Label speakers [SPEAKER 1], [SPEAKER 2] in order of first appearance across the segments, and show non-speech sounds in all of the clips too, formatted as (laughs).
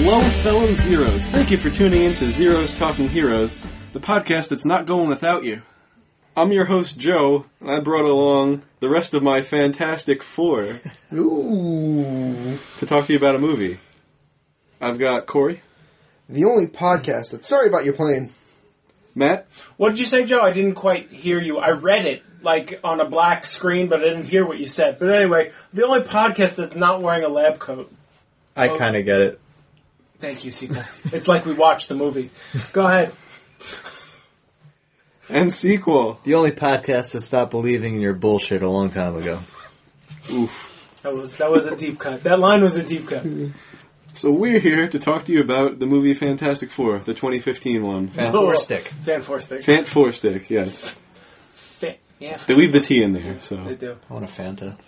[SPEAKER 1] Hello, Zeros. Thank you for tuning in to Zeros Talking Heroes, the podcast that's not going without you. I'm your host, Joe, and I brought along the rest of my Fantastic
[SPEAKER 2] (laughs)
[SPEAKER 1] Four
[SPEAKER 3] Ooh.
[SPEAKER 1] to talk to you about a movie. I've got Corey,
[SPEAKER 3] The only podcast that's sorry about your plane.
[SPEAKER 1] Matt,
[SPEAKER 2] What did you say, Joe? I didn't quite hear you. I read it like on a black screen, but I didn't hear what you said. But anyway, the only podcast that's not wearing a lab coat.
[SPEAKER 4] I kind of get it.
[SPEAKER 2] Thank you, sequel.
[SPEAKER 1] (laughs)
[SPEAKER 2] it's like we watched the movie. Go ahead.
[SPEAKER 1] and Sequel.
[SPEAKER 4] The only podcast that stopped believing in your bullshit a long time ago.
[SPEAKER 1] Oof.
[SPEAKER 2] That was that was a deep cut. That line was a deep cut.
[SPEAKER 1] So we're here to talk to you about the movie Fantastic Four, the 2015 one.
[SPEAKER 4] And
[SPEAKER 2] Cool.
[SPEAKER 4] four stick.
[SPEAKER 2] Fan four stick.
[SPEAKER 1] Fant Four Stick, yes.
[SPEAKER 2] Fan- yeah,
[SPEAKER 1] They leave the T in there,
[SPEAKER 2] they
[SPEAKER 1] so.
[SPEAKER 2] do.
[SPEAKER 4] I want a Fanta.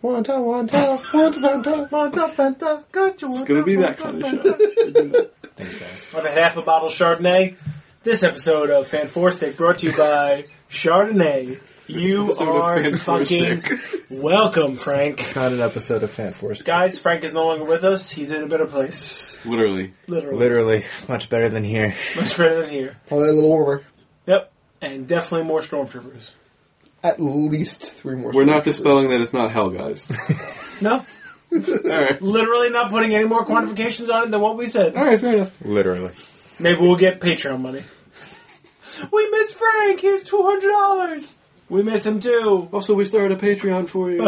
[SPEAKER 3] Wanta, wanta, wanta, wanta.
[SPEAKER 1] It's gonna be that kind of show.
[SPEAKER 4] Thanks, guys.
[SPEAKER 2] With a half a bottle Chardonnay. This episode of Fan Four Stick brought to you by Chardonnay. You
[SPEAKER 1] Episode of
[SPEAKER 2] are
[SPEAKER 1] Fan Four
[SPEAKER 2] fucking welcome,
[SPEAKER 1] (laughs)
[SPEAKER 2] Frank.
[SPEAKER 3] It's not an episode of Fan Force.
[SPEAKER 2] Guys, Frank is no longer with us. He's in a better place.
[SPEAKER 1] Literally.
[SPEAKER 2] Literally.
[SPEAKER 4] Literally, much better than here.
[SPEAKER 2] Much better than here.
[SPEAKER 3] Probably a little warmer.
[SPEAKER 2] Yep. And definitely more stormtroopers.
[SPEAKER 3] At least three more.
[SPEAKER 1] We're not
[SPEAKER 3] stormtroopers.
[SPEAKER 1] dispelling that it's not hell, guys. (laughs)
[SPEAKER 2] No.
[SPEAKER 1] Alright.
[SPEAKER 2] Literally not putting any more quantifications on it than what we said.
[SPEAKER 1] Alright, fair enough.
[SPEAKER 4] Literally.
[SPEAKER 2] Maybe we'll get Patreon money. We miss Frank. Here's two hundred dollars. We miss him too.
[SPEAKER 1] Also, we started a Patreon for (laughs) you.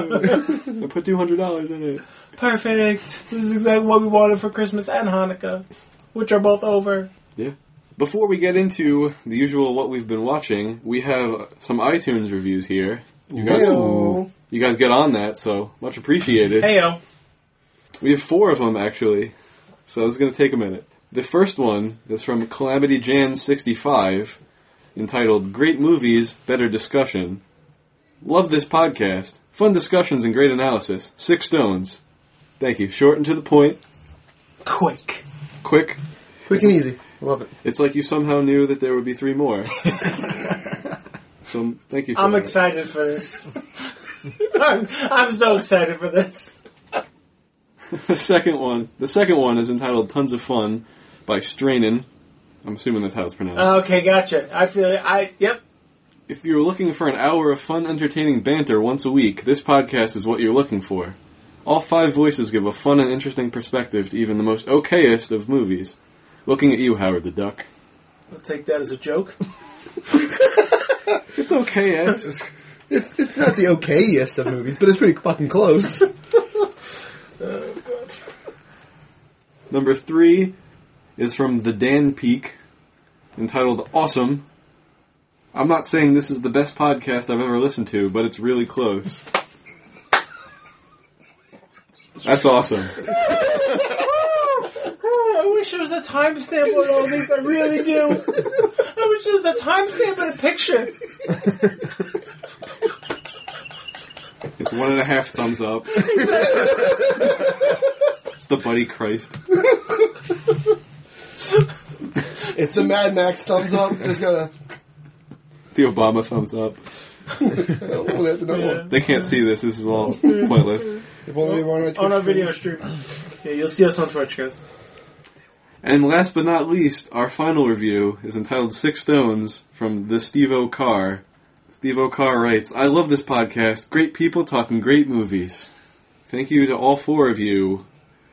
[SPEAKER 1] I put two hundred dollars in it.
[SPEAKER 2] Perfect. This is exactly what we wanted for Christmas and Hanukkah, which are both over.
[SPEAKER 1] Yeah. Before we get into the usual what we've been watching, we have some iTunes reviews here. You guys,
[SPEAKER 3] Heyo.
[SPEAKER 1] you guys get on that, so much appreciated.
[SPEAKER 2] Heyo.
[SPEAKER 1] We have four of them actually, so it's going to take a minute. The first one is from Calamity Jan sixty five, entitled "Great Movies, Better Discussion." Love this podcast. Fun discussions and great analysis. Six stones. Thank you. Short and to the point.
[SPEAKER 2] Quick.
[SPEAKER 1] Quick.
[SPEAKER 3] Quick and easy. Love it.
[SPEAKER 1] It's like you somehow knew that there would be three more. so thank you. For
[SPEAKER 2] I'm
[SPEAKER 1] that.
[SPEAKER 2] excited for this. (laughs) I'm, I'm so excited for this.
[SPEAKER 1] The second one. The second one is entitled "Tons of Fun" by Strainin. I'm assuming that's how it's pronounced.
[SPEAKER 2] Okay, gotcha. I feel I yep.
[SPEAKER 1] If you're looking for an hour of fun, entertaining banter once a week, this podcast is what you're looking for. All five voices give a fun and interesting perspective to even the most okayest of movies. Looking at you, Howard the Duck.
[SPEAKER 2] I'll take that as a joke.
[SPEAKER 1] It's okayest.
[SPEAKER 3] It's, it's not the okayest of movies, but it's pretty fucking
[SPEAKER 4] (laughs)
[SPEAKER 3] close.
[SPEAKER 1] Number three is from The Dan Peak, entitled Awesome. I'm not saying this is the best podcast I've ever listened to, but it's really close. That's awesome.
[SPEAKER 2] Oh, I wish there was a timestamp on all these. I really do. I wish there was a timestamp and a picture.
[SPEAKER 1] It's one and a half thumbs up. it's the Buddy Christ.
[SPEAKER 3] It's the Mad Max thumbs up. Just gotta.
[SPEAKER 1] The Obama thumbs up.
[SPEAKER 3] Oh, that's another one.
[SPEAKER 1] They can't see this. This is all pointless.
[SPEAKER 3] If only they wanted to.
[SPEAKER 2] on our video stream. Yeah, you'll see us on Twitch, guys.
[SPEAKER 1] And last but not least, our final review is entitled Six Stones from the Steve O'Carr. Steve O'Carr writes, I love this podcast. Great people talking great movies. Thank you to all four of you.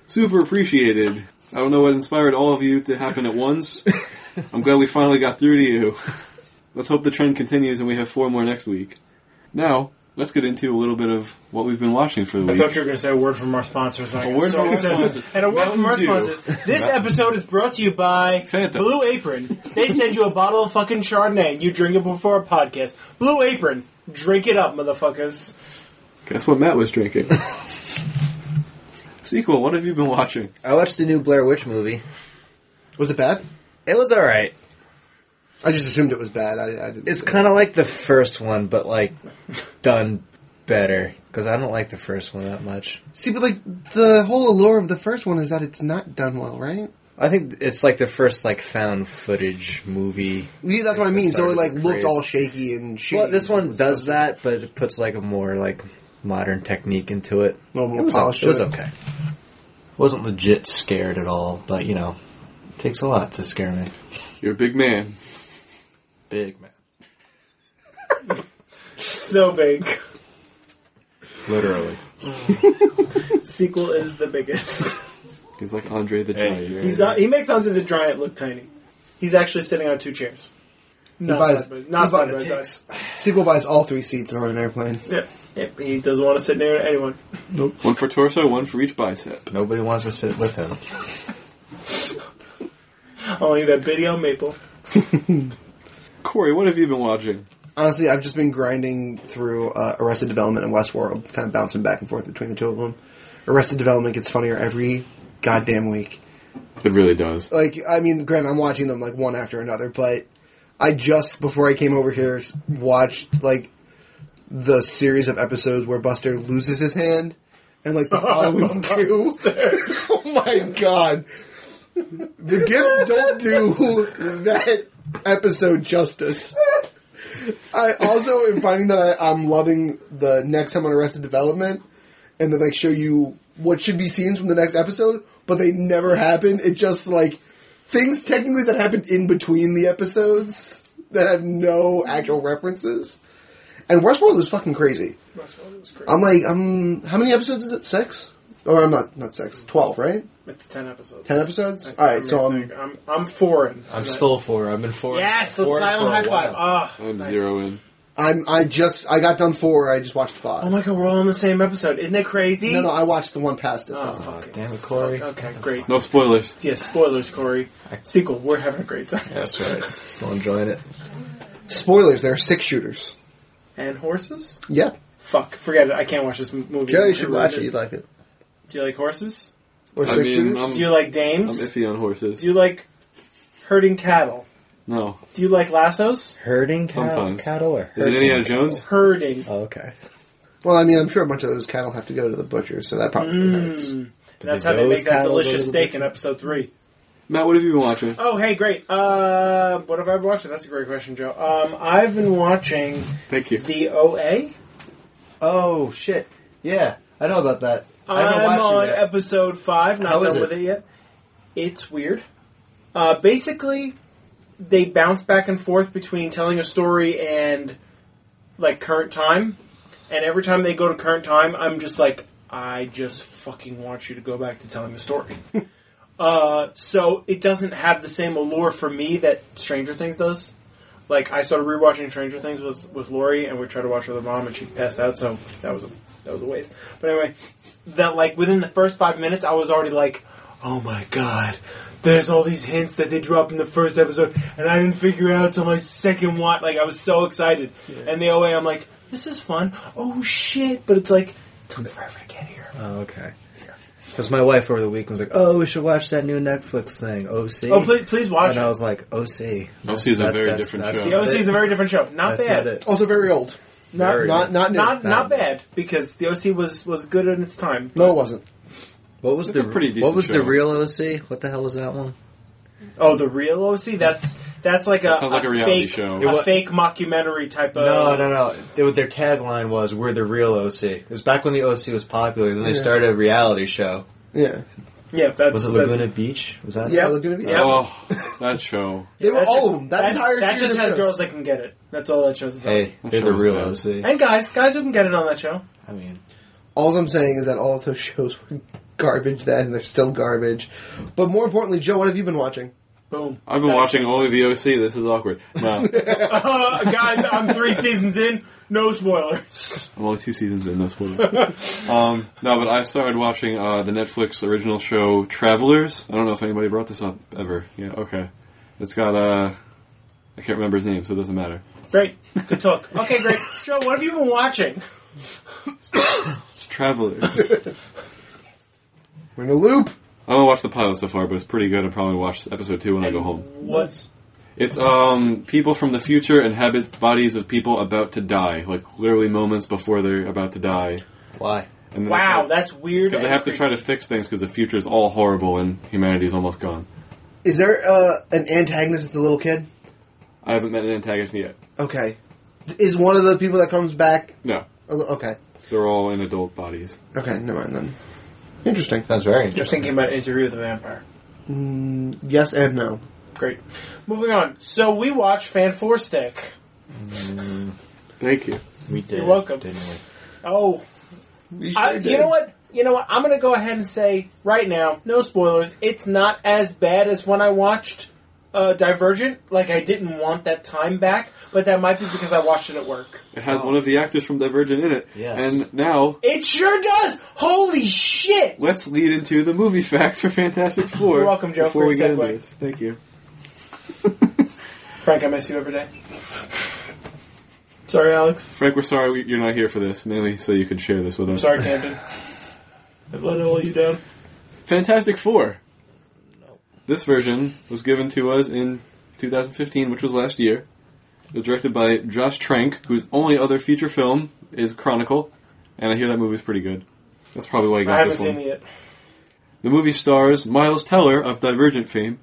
[SPEAKER 1] Super appreciated. I don't know what inspired all of you to happen at once. I'm glad we finally got through to you. Let's hope the trend continues and we have four more next week. Now, let's get into a little bit of what we've been watching for the
[SPEAKER 2] I
[SPEAKER 1] week.
[SPEAKER 2] thought you were going to say a word from our sponsors. A
[SPEAKER 1] word from our sponsors.
[SPEAKER 2] (laughs) And a word
[SPEAKER 1] Mountain
[SPEAKER 2] from our
[SPEAKER 1] Dew.
[SPEAKER 2] sponsors. This episode is brought to you by
[SPEAKER 1] Fanta.
[SPEAKER 2] Blue Apron. They send you a bottle of fucking Chardonnay and you drink it before a podcast. Blue Apron. Drink it up, motherfuckers.
[SPEAKER 1] Guess what Matt was drinking. (laughs) Sequel, what have you been watching?
[SPEAKER 4] I watched the new Blair Witch movie.
[SPEAKER 3] Was it bad?
[SPEAKER 4] It was alright.
[SPEAKER 3] I just assumed it was bad. I, I didn't.
[SPEAKER 4] It's kind of like the first one, but like done better. Because I don't like the first one that much.
[SPEAKER 3] See, but like the whole allure of the first one is that it's not done well, right?
[SPEAKER 4] I think it's like the first like found footage movie.
[SPEAKER 3] Yeah, that's what I mean. So it like
[SPEAKER 4] Started
[SPEAKER 3] looked
[SPEAKER 4] crazy.
[SPEAKER 3] all shaky and shit.
[SPEAKER 4] Well, this one does that, but it puts like a more like modern technique into it.
[SPEAKER 3] A little more
[SPEAKER 4] it was,
[SPEAKER 3] polished
[SPEAKER 4] it was
[SPEAKER 3] to it.
[SPEAKER 4] okay. Wasn't legit scared at all, but you know, Takes a lot to scare me.
[SPEAKER 1] You're a big man.
[SPEAKER 4] Big man.
[SPEAKER 2] So big.
[SPEAKER 4] Literally.
[SPEAKER 2] (laughs) Sequel is the
[SPEAKER 4] (laughs)
[SPEAKER 2] biggest.
[SPEAKER 1] He's like Andre the
[SPEAKER 4] Hey,
[SPEAKER 1] Giant.
[SPEAKER 2] He's uh, he makes Andre the Giant look tiny. He's actually sitting on two chairs. Not
[SPEAKER 3] buys-
[SPEAKER 2] side by, not
[SPEAKER 3] he bought
[SPEAKER 2] side by
[SPEAKER 3] the
[SPEAKER 2] side.
[SPEAKER 3] (sighs) Sequel buys all three seats on an airplane.
[SPEAKER 2] Yeah. Yep, He doesn't want to sit near anyone.
[SPEAKER 1] One for torso, one for each bicep.
[SPEAKER 4] Nobody wants to sit with him.
[SPEAKER 2] Only that video maple.
[SPEAKER 1] Corey, what have you been watching?
[SPEAKER 3] Honestly, I've just been grinding through uh, Arrested Development and Westworld, kind of bouncing back and forth between the two of them. Arrested Development gets funnier every goddamn week.
[SPEAKER 1] It really does.
[SPEAKER 3] like I mean, granted, I'm watching them like one after another, but I just before I came over here s- watched like the series of episodes where Buster loses his hand, and like the following two. (laughs) oh my god, the gifts don't do that episode justice. I also am finding that I, I'm loving the next time on Arrested Development, and they like show you what should be scenes from the next episode, but they never happen. It just like things technically that happened in between the episodes that have no actual references. And Westworld is fucking crazy. I'm like, um, how many episodes is it? Six? Or I'm not, not six. Twelve, right?
[SPEAKER 2] It's ten episodes.
[SPEAKER 3] Ten episodes. All right, so I'm.
[SPEAKER 2] I'm I'm foreign.
[SPEAKER 4] I'm still four. I've been four.
[SPEAKER 2] Yes, let's
[SPEAKER 4] four
[SPEAKER 2] silent
[SPEAKER 4] for a
[SPEAKER 2] high five.
[SPEAKER 4] while.
[SPEAKER 2] Ah,
[SPEAKER 1] I'm
[SPEAKER 2] nice.
[SPEAKER 1] zero in.
[SPEAKER 3] I'm. I just. I got done four. I just watched five.
[SPEAKER 2] Oh my god, we're all in the same episode. Isn't it crazy?
[SPEAKER 3] no, no, I watched the one past it.
[SPEAKER 2] Oh,
[SPEAKER 3] though.
[SPEAKER 4] Aw,
[SPEAKER 2] fuck it.
[SPEAKER 4] damn it, Corey.
[SPEAKER 2] Okay, great.
[SPEAKER 1] No spoilers.
[SPEAKER 2] Yeah, spoilers, Corey. Sequel, we're having a great time.
[SPEAKER 4] That's right. Still enjoying it.
[SPEAKER 3] Spoilers. There are six shooters.
[SPEAKER 2] And horses?
[SPEAKER 3] Yeah,
[SPEAKER 2] Fuck, forget it. I can't watch this m- movie.
[SPEAKER 3] Joe, you should
[SPEAKER 2] ruined
[SPEAKER 3] watch it. You'd like it.
[SPEAKER 2] Do you like horses?
[SPEAKER 3] Or
[SPEAKER 1] I
[SPEAKER 3] six
[SPEAKER 1] mean,
[SPEAKER 3] shooters.
[SPEAKER 1] I'm,
[SPEAKER 2] Do you like dames?
[SPEAKER 1] Hmm. I'm iffy on horses.
[SPEAKER 2] Do you like herding cattle?
[SPEAKER 1] No.
[SPEAKER 2] Do you like lassos?
[SPEAKER 4] Herding
[SPEAKER 1] cow- Sometimes.
[SPEAKER 4] cattle or Oh,
[SPEAKER 1] Is it Indiana Jones?
[SPEAKER 2] Herding.
[SPEAKER 4] okay.
[SPEAKER 3] Well, I mean, I'm sure a bunch of those cattle have to go to the butcher, so that probably hurts.
[SPEAKER 2] Mm. That's how they
[SPEAKER 4] those
[SPEAKER 2] make that
[SPEAKER 4] cattle go
[SPEAKER 2] delicious
[SPEAKER 4] to the
[SPEAKER 2] steak in episode three.
[SPEAKER 1] Matt, what have you been watching?
[SPEAKER 2] Oh, hey, great. Uh, what have I been watching? That's a great question, Joe. Um, I've been watching
[SPEAKER 1] Thank you.
[SPEAKER 2] the OA.
[SPEAKER 4] Oh shit! Yeah, I know about that. I haven't
[SPEAKER 2] I'm
[SPEAKER 4] watched
[SPEAKER 2] on
[SPEAKER 4] it yet.
[SPEAKER 2] episode five. Not
[SPEAKER 4] How
[SPEAKER 2] done
[SPEAKER 4] is it?
[SPEAKER 2] with it yet. It's weird. Uh, basically, they bounce back and forth between telling a story and like current time. And every time they go to current time, I'm just like, I just fucking want you to go back to telling the story. uh, so it doesn't have the same allure for me that Stranger Things does. Like I started rewatching Stranger Things with with Lori, and we tried to watch with her mom, and she passed out. So that was a, that was a waste. But anyway, that like within the first five minutes, I was already like, "Oh my god, there's all these hints that they dropped in the first episode, and I didn't figure it out till my second watch." Like I was so excited, and the OA, I'm like, "This is fun." Oh shit! But it's like it took forever to get here.
[SPEAKER 4] Oh, okay. Because my wife over the weekend was like, "Oh, we should watch that new Netflix thing, OC."
[SPEAKER 2] Oh please, please watch
[SPEAKER 4] and I
[SPEAKER 2] it.
[SPEAKER 4] was like, "OC."
[SPEAKER 1] OC is a very different show.
[SPEAKER 2] The OC is a very different show. Not
[SPEAKER 4] That's
[SPEAKER 2] bad.
[SPEAKER 4] not it.
[SPEAKER 3] Also, very old.
[SPEAKER 2] Not-
[SPEAKER 4] Very
[SPEAKER 3] Not not new.
[SPEAKER 2] not
[SPEAKER 4] Not-
[SPEAKER 2] not bad because the OC was was good in its time.
[SPEAKER 3] no, it wasn't.
[SPEAKER 4] What was
[SPEAKER 1] It's
[SPEAKER 4] the
[SPEAKER 1] a pretty
[SPEAKER 4] What
[SPEAKER 1] decent
[SPEAKER 4] was
[SPEAKER 1] show.
[SPEAKER 4] the real OC? What the hell was that one?
[SPEAKER 2] Oh, the real OC? That's that's like
[SPEAKER 1] That
[SPEAKER 2] a,
[SPEAKER 1] sounds like a reality
[SPEAKER 2] fake,
[SPEAKER 1] show.
[SPEAKER 4] It
[SPEAKER 2] a
[SPEAKER 4] wa-
[SPEAKER 2] fake mockumentary type of.
[SPEAKER 4] No, no, no. They, what their tagline was, "We're the real OC." It was back when the OC was popular. Then they
[SPEAKER 3] Yeah.
[SPEAKER 4] started a reality show.
[SPEAKER 3] Yeah,
[SPEAKER 2] Yeah, that's
[SPEAKER 4] Was it
[SPEAKER 2] that's-
[SPEAKER 4] Laguna Beach? Was that?
[SPEAKER 3] yeah, Laguna Beach.
[SPEAKER 2] Yeah.
[SPEAKER 1] Oh, that show.
[SPEAKER 3] They were
[SPEAKER 2] that's
[SPEAKER 3] all
[SPEAKER 2] a-
[SPEAKER 3] of them. That, entire
[SPEAKER 2] that
[SPEAKER 3] series
[SPEAKER 2] just has
[SPEAKER 3] of
[SPEAKER 2] girls that can get it. That's all that show's about.
[SPEAKER 4] Hey,
[SPEAKER 1] That
[SPEAKER 4] they're
[SPEAKER 1] show
[SPEAKER 4] the
[SPEAKER 1] was
[SPEAKER 4] real
[SPEAKER 1] bad.
[SPEAKER 4] OC.
[SPEAKER 2] And guys, guys who can get it on that show.
[SPEAKER 4] I mean,
[SPEAKER 3] All I'm saying is that all of those shows were garbage then, and they're still garbage. But more importantly, Joe, what have you been watching?
[SPEAKER 2] Boom.
[SPEAKER 1] I've been
[SPEAKER 2] That's-
[SPEAKER 1] watching only the OC. This is awkward.
[SPEAKER 4] (laughs)
[SPEAKER 1] No,
[SPEAKER 2] (laughs) Uh, guys, I'm three seasons in. No spoilers.
[SPEAKER 1] I'm only two seasons in. No spoilers. Um, no, but I started watching uh, the Netflix original show Travelers. I don't know if anybody brought this up ever. Yeah, okay. It's got uh, I can't remember his name, so it doesn't matter.
[SPEAKER 2] Great. Good talk. Okay, great. Joe, what have you been watching?
[SPEAKER 1] It's
[SPEAKER 2] (laughs)
[SPEAKER 1] Travelers.
[SPEAKER 3] We're in a loop.
[SPEAKER 1] I haven't watched the pilot so far, but it's pretty good. I'll probably watch episode two when I go home.
[SPEAKER 2] What?
[SPEAKER 1] It's um people from the future inhabit bodies of people about to die, like literally moments before they're about to die.
[SPEAKER 4] why?
[SPEAKER 1] And
[SPEAKER 2] Wow, that's weird.
[SPEAKER 1] Because they
[SPEAKER 2] and
[SPEAKER 1] have to
[SPEAKER 2] creepy.
[SPEAKER 1] try to fix things because the future is all horrible and humanity's almost gone.
[SPEAKER 3] Is there uh, an antagonist with the little kid?
[SPEAKER 1] I haven't met an antagonist yet.
[SPEAKER 3] Okay, is one of the people that comes back?
[SPEAKER 1] No,
[SPEAKER 3] a li- Okay,
[SPEAKER 1] they're all in adult bodies.
[SPEAKER 3] okay, never mind then. Interesting.
[SPEAKER 4] Sounds very
[SPEAKER 2] You're
[SPEAKER 4] interesting.
[SPEAKER 2] thinking about Interview with a Vampire.
[SPEAKER 3] Mm, yes and no.
[SPEAKER 2] Great. Moving on. So we watched Fan Four Stick.
[SPEAKER 1] Thank you.
[SPEAKER 4] We did.
[SPEAKER 2] You're welcome.
[SPEAKER 4] Didn't we?
[SPEAKER 2] Oh, I, you know what? You know what? I'm going to go ahead and say right now, no spoilers. It's not as bad as when I watched uh, Divergent. Like I didn't want that time back, but that might be because I watched it at work.
[SPEAKER 1] It has one of the actors from Divergent in it.
[SPEAKER 4] Yes.
[SPEAKER 1] And now
[SPEAKER 2] It sure does. Holy shit!
[SPEAKER 1] let's lead into the movie facts for
[SPEAKER 2] (laughs)
[SPEAKER 1] Fantastic 4
[SPEAKER 2] You're welcome, Joe,
[SPEAKER 1] Before
[SPEAKER 2] for
[SPEAKER 1] we
[SPEAKER 2] your
[SPEAKER 1] get into
[SPEAKER 2] segue.
[SPEAKER 1] this, thank you.
[SPEAKER 2] Frank, I miss you every day. Sorry, Alex.
[SPEAKER 1] Frank, we're sorry we, you're not here for this, mainly so you can share this with us.
[SPEAKER 2] Sorry, Camden. I've let all you down.
[SPEAKER 1] Fantastic Four. This version was given to us in 2015, which was last year. It was directed by Josh Trank, whose only other feature film is Chronicle, and I hear that movie's pretty good. That's probably why I
[SPEAKER 2] I
[SPEAKER 1] got
[SPEAKER 2] haven't
[SPEAKER 1] this
[SPEAKER 2] seen
[SPEAKER 1] one.
[SPEAKER 2] it yet.
[SPEAKER 1] The movie stars Miles Teller of Divergent fame.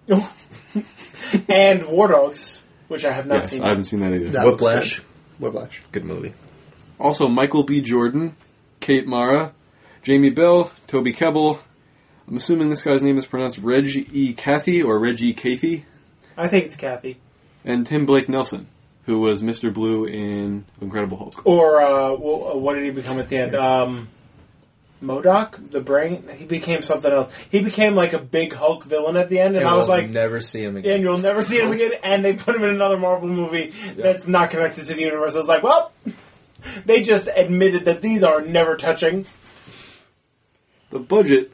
[SPEAKER 2] (laughs) and War Dogs, which I have not
[SPEAKER 1] yes,
[SPEAKER 2] seen.
[SPEAKER 1] I haven't seen that either.
[SPEAKER 3] That looks
[SPEAKER 4] Whiplash.
[SPEAKER 3] good. Whiplash.
[SPEAKER 4] Good movie.
[SPEAKER 1] Also, Michael B. Jordan, Kate Mara, Jamie Bell, Toby Kebbell. I'm assuming this guy's name is pronounced Reg E. Cathy or Reg E. Cathy,
[SPEAKER 2] I think it's Kathy
[SPEAKER 1] and Tim Blake Nelson, who was Mr. Blue in Incredible Hulk.
[SPEAKER 2] or uh, wh- uh, what did he become at the end? Um, Modoc, the brain. He became something else. He became like a big Hulk villain at the end, and I was like,
[SPEAKER 4] never see him
[SPEAKER 2] and
[SPEAKER 4] again.
[SPEAKER 2] you'll never see
[SPEAKER 4] (laughs)
[SPEAKER 2] him again. And they put him in another Marvel movie that's not connected to the universe. I was like, well, (laughs) they just admitted that these are never touching.
[SPEAKER 1] The budget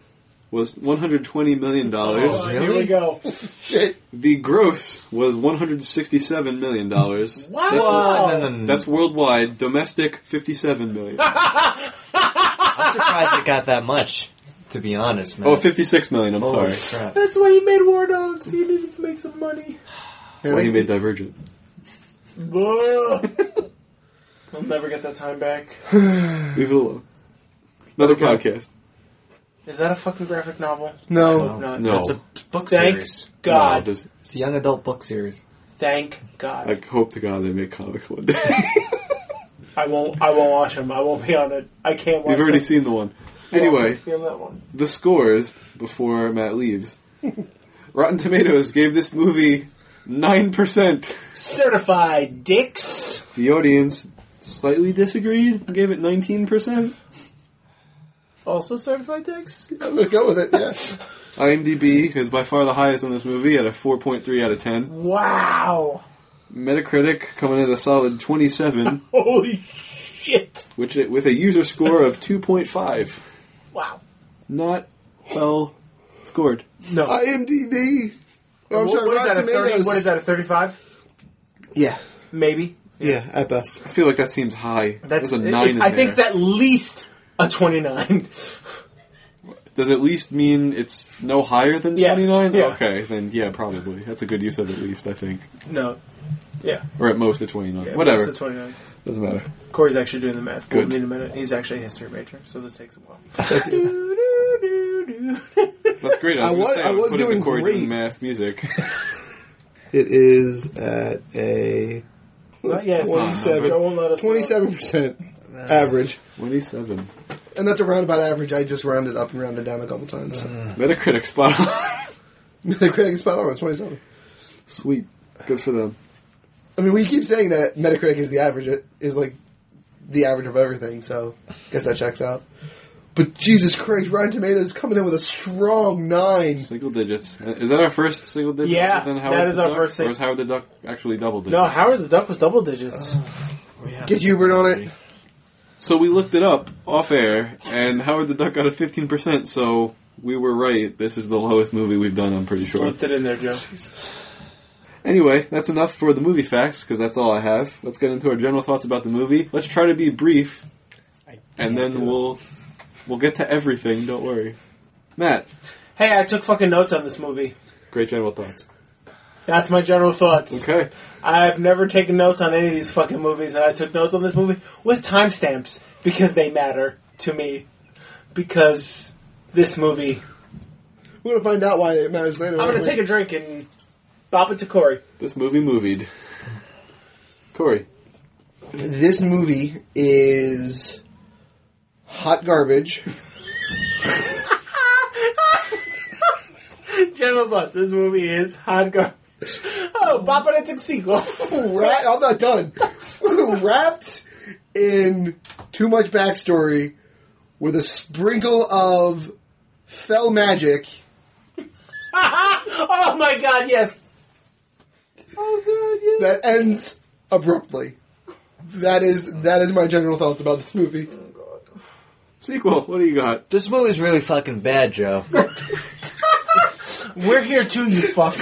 [SPEAKER 1] was 120 million
[SPEAKER 2] Oh,
[SPEAKER 1] dollars.
[SPEAKER 4] really?
[SPEAKER 2] Here we go.
[SPEAKER 3] Shit.
[SPEAKER 1] The gross was 167 million dollars.
[SPEAKER 2] Wow.
[SPEAKER 4] No, no, no, no.
[SPEAKER 1] That's worldwide. Domestic, 57 million.
[SPEAKER 4] I'm surprised it got that much. To be honest, man.
[SPEAKER 1] oh, 56 million. I'm
[SPEAKER 4] Holy
[SPEAKER 1] sorry.
[SPEAKER 4] crap.
[SPEAKER 2] That's why he made War Dogs. He needed to make some money.
[SPEAKER 1] When he made Divergent.
[SPEAKER 2] (laughs) I'll never get that time back.
[SPEAKER 1] Leave it alone. Another
[SPEAKER 3] Okay.
[SPEAKER 1] podcast.
[SPEAKER 2] Is that a fucking graphic novel?
[SPEAKER 3] No.
[SPEAKER 2] Not-
[SPEAKER 1] No.
[SPEAKER 4] It's a book
[SPEAKER 2] Thank
[SPEAKER 4] series.
[SPEAKER 1] No,
[SPEAKER 2] God.
[SPEAKER 1] just-
[SPEAKER 4] It's a young adult book series.
[SPEAKER 2] Thank God.
[SPEAKER 1] I hope to God they make comics one
[SPEAKER 2] (laughs)
[SPEAKER 1] day.
[SPEAKER 2] I won't. I won't watch him. I won't be on it. I can't watch.
[SPEAKER 1] We've already
[SPEAKER 2] them.
[SPEAKER 1] seen the one.
[SPEAKER 2] I won't
[SPEAKER 1] Anyway,
[SPEAKER 2] be on that one.
[SPEAKER 1] the scores before Matt
[SPEAKER 2] (laughs)
[SPEAKER 1] leaves. Rotten Tomatoes gave this movie 9%.
[SPEAKER 2] Certified dicks.
[SPEAKER 1] The audience slightly disagreed and gave it 19%.
[SPEAKER 2] Also certified dicks.
[SPEAKER 3] I'm gonna go with it. Yeah.
[SPEAKER 1] IMDb is by far the highest on this movie at a 4.3 out of 10.
[SPEAKER 2] Wow.
[SPEAKER 1] Metacritic coming in at a solid
[SPEAKER 2] (laughs)
[SPEAKER 1] 27,
[SPEAKER 2] Holy shit.
[SPEAKER 1] which it, with a user score of 2.5.
[SPEAKER 2] Wow.
[SPEAKER 1] Not well scored.
[SPEAKER 2] No.
[SPEAKER 3] IMDb. Oh, I'm
[SPEAKER 2] What-
[SPEAKER 3] sorry,
[SPEAKER 2] what is that? A
[SPEAKER 3] Rotten
[SPEAKER 2] thirty?
[SPEAKER 3] Tomatoes.
[SPEAKER 2] What is that? A thirty-five?
[SPEAKER 3] Yeah.
[SPEAKER 2] Maybe.
[SPEAKER 3] Yeah. At best.
[SPEAKER 1] I feel like that seems high. That
[SPEAKER 2] That's
[SPEAKER 1] was a
[SPEAKER 2] it-
[SPEAKER 1] nine.
[SPEAKER 2] it-
[SPEAKER 1] in
[SPEAKER 2] I think it's
[SPEAKER 1] there.
[SPEAKER 2] at least a twenty-nine. (laughs)
[SPEAKER 1] does at least mean it's no higher than
[SPEAKER 2] Yeah.
[SPEAKER 1] twenty nine.
[SPEAKER 2] Yeah.
[SPEAKER 1] Okay, then yeah, probably that's a good use of at least. I think,
[SPEAKER 2] no. Yeah.
[SPEAKER 1] or at most a twenty nine.
[SPEAKER 2] yeah
[SPEAKER 1] Whatever,
[SPEAKER 2] it's a twenty-nine.
[SPEAKER 1] doesn't matter.
[SPEAKER 2] Corey's actually doing the math.
[SPEAKER 1] Good.
[SPEAKER 2] We'll need a minute. He's actually a history major, so this takes
[SPEAKER 1] (laughs)
[SPEAKER 2] a while.
[SPEAKER 1] That's great. I
[SPEAKER 3] I
[SPEAKER 1] was, gonna
[SPEAKER 3] was-
[SPEAKER 1] say,
[SPEAKER 3] I
[SPEAKER 1] would
[SPEAKER 3] was
[SPEAKER 1] put it in
[SPEAKER 3] doing
[SPEAKER 1] Corey
[SPEAKER 3] great.
[SPEAKER 1] math music. (laughs)
[SPEAKER 3] It is at a
[SPEAKER 2] Not yet. Joe won't let us know.
[SPEAKER 3] 27 percent average,
[SPEAKER 1] twenty seven.
[SPEAKER 3] and that's a roundabout average. I just rounded up and rounded down a couple times.
[SPEAKER 2] Mm.
[SPEAKER 1] Metacritic spot on.
[SPEAKER 3] (laughs)
[SPEAKER 1] (laughs)
[SPEAKER 3] Metacritic is spot on. It's 27.
[SPEAKER 1] Sweet, good for them.
[SPEAKER 3] I mean, we keep saying that Metacritic is the average. It is like the average of everything. So I guess that checks out. But Jesus Christ, Rotten Tomatoes coming in with a strong nine.
[SPEAKER 1] Single digits. Uh, Is that our first single digit?
[SPEAKER 2] Yeah,
[SPEAKER 1] other than
[SPEAKER 2] that
[SPEAKER 1] Howard
[SPEAKER 2] is
[SPEAKER 1] the
[SPEAKER 2] our
[SPEAKER 1] Duck?
[SPEAKER 2] first sing-
[SPEAKER 1] Or is Howard the Duck actually double digits?
[SPEAKER 2] No, Howard the Duck was double
[SPEAKER 1] Uh,
[SPEAKER 2] digits.
[SPEAKER 3] Get Hubert on it.
[SPEAKER 1] So we looked it up off air, and Howard the Duck got a 15%, so we were right. This is the lowest movie we've done, I'm pretty sure.
[SPEAKER 2] Slipped it in there, Joe.
[SPEAKER 1] Anyway, that's enough for the movie facts, because that's all I have. Let's get into our general thoughts about the movie. Let's try to be brief, and then we'll we'll get to everything, don't worry. Matt,
[SPEAKER 2] Hey, I took fucking notes on this movie.
[SPEAKER 1] great general thoughts.
[SPEAKER 2] That's my general thoughts.
[SPEAKER 1] Okay.
[SPEAKER 2] I've never taken notes on any of these fucking movies, and I took notes on this movie with timestamps because they matter to me. Because this movie.
[SPEAKER 3] We're gonna find out why it matters later.
[SPEAKER 2] I'm gonna take a drink and bop it to Corey.
[SPEAKER 1] This movie movied. Corey.
[SPEAKER 3] This movie is hot garbage.
[SPEAKER 2] Channel Plus. This movie is hot garbage. Oh, Bapanetic sequel.
[SPEAKER 3] Ra- I'm not done. (laughs) Wrapped in too much backstory with a sprinkle of fell magic.
[SPEAKER 2] (laughs) oh my god, yes. Oh god, yes.
[SPEAKER 3] that ends abruptly. That is that is my general thoughts about this movie.
[SPEAKER 1] Sequel, what do you got?
[SPEAKER 4] This movie's really fucking bad, Joe.
[SPEAKER 2] We're here too, you fuck.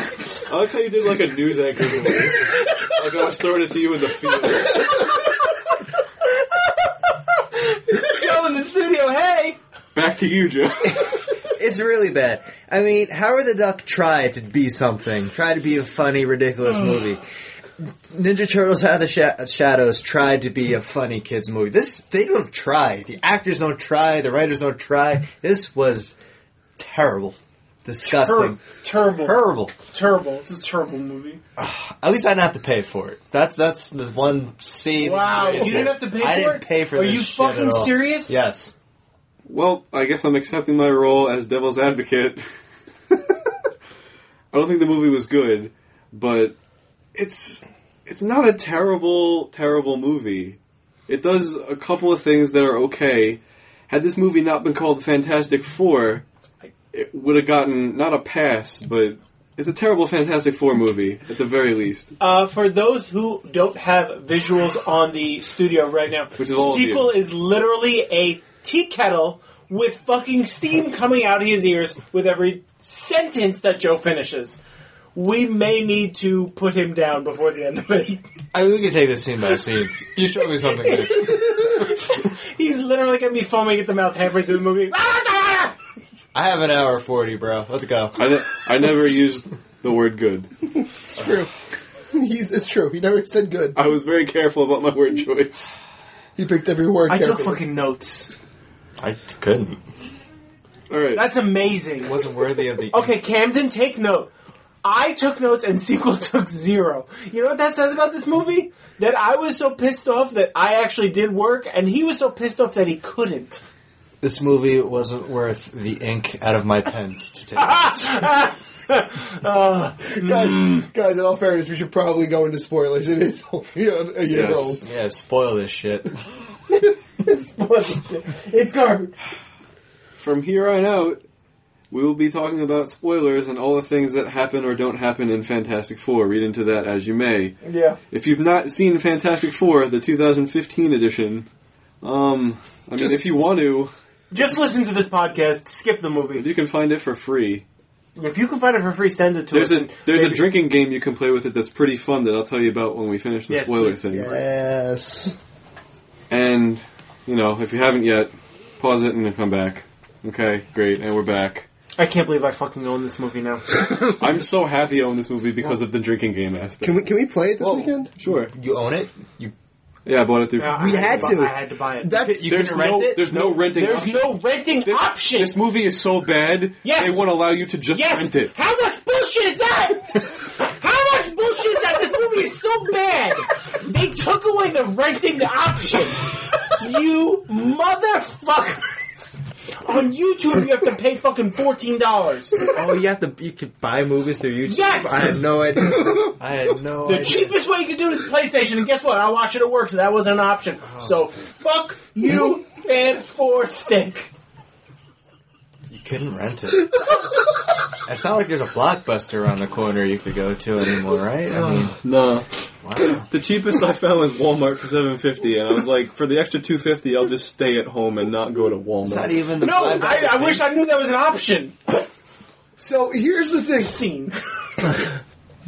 [SPEAKER 1] I like how you did like a news anchor voice. like I was throwing it to you in the field.
[SPEAKER 2] Yo, in the studio, hey!
[SPEAKER 1] Back to you, Joe.
[SPEAKER 4] It's really bad. I mean, Howard the Duck tried to be something, tried to be a funny, ridiculous movie. Ninja Turtles Out of the Sha- Shadows tried to be a funny kids movie. This they don't try. The actors don't try. The writers don't try. This was terrible, disgusting,
[SPEAKER 2] terrible.
[SPEAKER 4] terrible.
[SPEAKER 2] Terrible. It's a terrible movie.
[SPEAKER 4] At least I didn't have to pay for it. That's that's the one saving.
[SPEAKER 2] Wow,
[SPEAKER 4] grace
[SPEAKER 2] you
[SPEAKER 4] here.
[SPEAKER 2] didn't have to pay
[SPEAKER 4] I
[SPEAKER 2] for
[SPEAKER 4] didn't
[SPEAKER 2] it?
[SPEAKER 4] pay for
[SPEAKER 2] Are
[SPEAKER 4] this
[SPEAKER 2] you
[SPEAKER 4] shit at
[SPEAKER 2] fucking
[SPEAKER 4] all.
[SPEAKER 2] serious?
[SPEAKER 4] Yes.
[SPEAKER 1] Well, I guess I'm accepting my role as devil's advocate. (laughs) I don't think the movie was good, but it's it's not a terrible terrible movie. It does a couple of things that are okay. Had this movie not been called Fantastic 4, it would have gotten not a pass, but it's a terrible Fantastic 4 movie at the very least.
[SPEAKER 2] Uh, for those who don't have visuals on the studio right now,
[SPEAKER 1] Which is all of you.
[SPEAKER 2] sequel is literally a tea kettle with fucking steam coming out of his ears with every sentence that Joe finishes. We may need to put him down before the end of it.
[SPEAKER 4] I mean, we can take this scene by scene. You show me something good.
[SPEAKER 2] He's literally gonna be foaming at the mouth halfway through the movie.
[SPEAKER 4] I have an hour forty, bro. Let's go.
[SPEAKER 1] I, ne- I never used the word good.
[SPEAKER 3] It's true. (laughs) He's, it's true. He never said good.
[SPEAKER 1] I was very careful about my word choice.
[SPEAKER 3] He picked every word.
[SPEAKER 2] I took
[SPEAKER 3] carefully.
[SPEAKER 2] fucking notes.
[SPEAKER 4] I couldn't.
[SPEAKER 1] All right.
[SPEAKER 2] That's amazing.
[SPEAKER 4] Wasn't worthy (laughs) of the.
[SPEAKER 2] Okay, Camden, take note. I took notes and (laughs) sequel took zero. You know what that says about this movie? That I was so pissed off that I actually did work, and he was so pissed off that he couldn't. (laughs)
[SPEAKER 4] This movie wasn't worth the ink out of my pen to (laughs)
[SPEAKER 3] (laughs)
[SPEAKER 4] take.
[SPEAKER 3] guys, guys. In all fairness, we should probably go into spoilers. It is only a, a year
[SPEAKER 1] Yes.
[SPEAKER 3] old.
[SPEAKER 4] yeah, spoil this shit.
[SPEAKER 2] it's garbage.
[SPEAKER 1] from here on out, we will be talking about spoilers and all the things that happen or don't happen in Fantastic Four. Read into that as you may.
[SPEAKER 2] Yeah.
[SPEAKER 1] If you've not seen Fantastic Four, the 2015 edition, um, I mean,
[SPEAKER 3] Just-
[SPEAKER 1] if you want to,
[SPEAKER 2] Just listen to this podcast. Skip the movie.
[SPEAKER 1] you can find it for free.
[SPEAKER 2] If you can find it for free, send it to
[SPEAKER 1] There's
[SPEAKER 2] us.
[SPEAKER 1] a
[SPEAKER 2] and
[SPEAKER 1] there's a
[SPEAKER 2] maybe-
[SPEAKER 1] drinking game you can play with it that's pretty fun that I'll tell you about when we finish the
[SPEAKER 2] Yes,
[SPEAKER 1] spoiler
[SPEAKER 2] please.
[SPEAKER 1] things.
[SPEAKER 3] Yes.
[SPEAKER 1] And you know, if you haven't yet, pause it and then come back. Okay, great, and we're back.
[SPEAKER 2] I can't believe I fucking own this movie now.
[SPEAKER 1] I'm so happy I own this movie because of the drinking game aspect.
[SPEAKER 3] Can we can we play it this
[SPEAKER 4] Whoa.
[SPEAKER 3] weekend?
[SPEAKER 1] sure.
[SPEAKER 4] You own it. You
[SPEAKER 1] Yeah, I bought it through.
[SPEAKER 2] Yeah,
[SPEAKER 3] We
[SPEAKER 2] I
[SPEAKER 3] had
[SPEAKER 2] buy-
[SPEAKER 3] to.
[SPEAKER 2] I had to buy it.
[SPEAKER 3] That's
[SPEAKER 4] you
[SPEAKER 1] there's
[SPEAKER 4] couldn't rent
[SPEAKER 1] no,
[SPEAKER 4] it.
[SPEAKER 1] There's no renting.
[SPEAKER 2] There's
[SPEAKER 1] option.
[SPEAKER 2] no renting
[SPEAKER 1] This,
[SPEAKER 2] option.
[SPEAKER 1] this movie is so bad.
[SPEAKER 2] Yes.
[SPEAKER 1] they won't allow you to just
[SPEAKER 2] Yes.
[SPEAKER 1] rent it.
[SPEAKER 2] How much bullshit is that? How much bullshit is that? This movie is so bad. They took away the renting option. You motherfuckers. On YouTube, you have to pay fucking fourteen dollars.
[SPEAKER 4] oh, you have to. You could buy movies through YouTube.
[SPEAKER 2] Yes!
[SPEAKER 4] I had no (laughs) idea. I had no
[SPEAKER 2] The
[SPEAKER 4] idea.
[SPEAKER 2] cheapest way you can do it is PlayStation, and guess what? I watch it at work, so that wasn't an option. So fuck you, fan for stick.
[SPEAKER 4] You couldn't rent it. (laughs) it's not like there's a blockbuster around the corner you could go to anymore, right? I (sighs) mean,
[SPEAKER 1] No,
[SPEAKER 4] wow.
[SPEAKER 1] the cheapest I found was Walmart for seven fifty, and I was like, for the extra two fifty, I'll just stay at home and not go to Walmart.
[SPEAKER 4] It's not even. the
[SPEAKER 2] No,
[SPEAKER 4] five
[SPEAKER 2] I, I
[SPEAKER 4] dollar
[SPEAKER 2] wish
[SPEAKER 4] thing.
[SPEAKER 2] I knew that was an option.
[SPEAKER 3] so. Here's the thing.
[SPEAKER 2] Scene.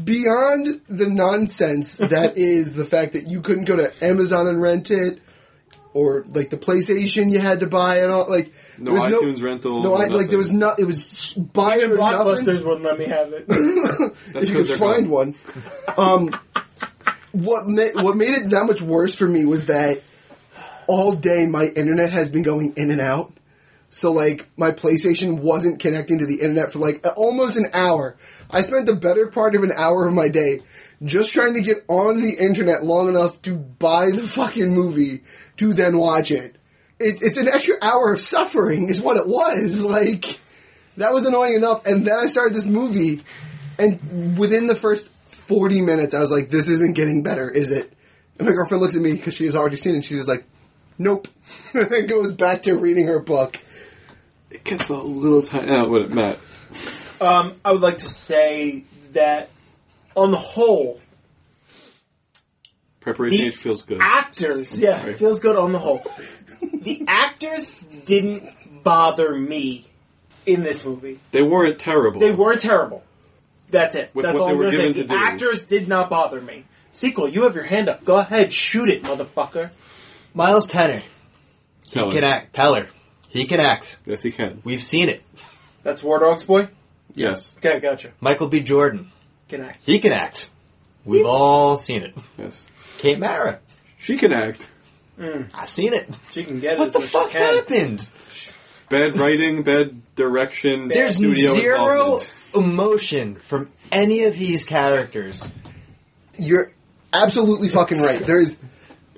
[SPEAKER 3] beyond the
[SPEAKER 1] (laughs)
[SPEAKER 3] nonsense that is the fact that you couldn't go to Amazon and rent it, or like the PlayStation you had to buy and all. Like
[SPEAKER 1] No
[SPEAKER 3] there was
[SPEAKER 1] iTunes rental,
[SPEAKER 3] No,
[SPEAKER 1] no
[SPEAKER 3] I, like
[SPEAKER 1] nothing.
[SPEAKER 3] there was not. It was buy it or nothing.
[SPEAKER 2] Blockbusters wouldn't let me have it.
[SPEAKER 1] That's
[SPEAKER 3] If you
[SPEAKER 1] because
[SPEAKER 3] could
[SPEAKER 1] they're
[SPEAKER 3] find
[SPEAKER 1] gone.
[SPEAKER 3] one. Um, what ma- what made it that much worse for me was that all day my internet has been going in and out. So like my PlayStation wasn't connecting to the internet for like almost an hour. I spent the better part of an hour of my day just trying to get on the internet long enough to buy the fucking movie to then watch it. it it's an extra hour of suffering is what it was. (laughs) Like That was annoying enough, and then I started this movie, and within the first 40 minutes, I was like, this isn't getting better, is it? And my girlfriend looks at me because she has already seen it, and she was like, nope. (laughs) and goes back to reading her book.
[SPEAKER 1] It gets a little tight. Out what it meant.
[SPEAKER 2] Um, I would like to say that on the whole,
[SPEAKER 1] Preparation
[SPEAKER 2] The
[SPEAKER 1] H feels good.
[SPEAKER 2] actors. Yeah,
[SPEAKER 1] sorry.
[SPEAKER 2] feels good on the whole. the actors didn't bother me in this movie.
[SPEAKER 1] They weren't terrible.
[SPEAKER 2] They were terrible. That's it.
[SPEAKER 1] With
[SPEAKER 2] That's
[SPEAKER 1] what
[SPEAKER 2] all
[SPEAKER 1] they
[SPEAKER 2] I'm
[SPEAKER 1] were
[SPEAKER 2] gonna say.
[SPEAKER 1] given to
[SPEAKER 2] the
[SPEAKER 1] do.
[SPEAKER 2] actors did not bother me. Sequel, you have your hand up. Go ahead, shoot it, motherfucker.
[SPEAKER 4] Miles Tanner
[SPEAKER 1] Tell
[SPEAKER 4] can
[SPEAKER 1] her.
[SPEAKER 4] act. Teller, he can act.
[SPEAKER 1] Yes, he can.
[SPEAKER 4] We've seen it.
[SPEAKER 2] That's War Dogs boy.
[SPEAKER 1] Yes,
[SPEAKER 2] Okay, gotcha.
[SPEAKER 4] Michael B. Jordan,
[SPEAKER 2] Can I?
[SPEAKER 4] he can act. We've
[SPEAKER 2] Yes.
[SPEAKER 4] all seen it.
[SPEAKER 1] yes.
[SPEAKER 4] Kate Mara,
[SPEAKER 1] She can act.
[SPEAKER 4] I've seen it.
[SPEAKER 2] She can get it.
[SPEAKER 4] What the
[SPEAKER 2] as much as
[SPEAKER 4] fuck
[SPEAKER 2] she can.
[SPEAKER 4] happened?
[SPEAKER 1] Bad writing, bad direction. bad
[SPEAKER 4] There's
[SPEAKER 1] studio
[SPEAKER 4] zero
[SPEAKER 1] involvement.
[SPEAKER 4] emotion from any of these characters.
[SPEAKER 3] You're absolutely fucking right. There is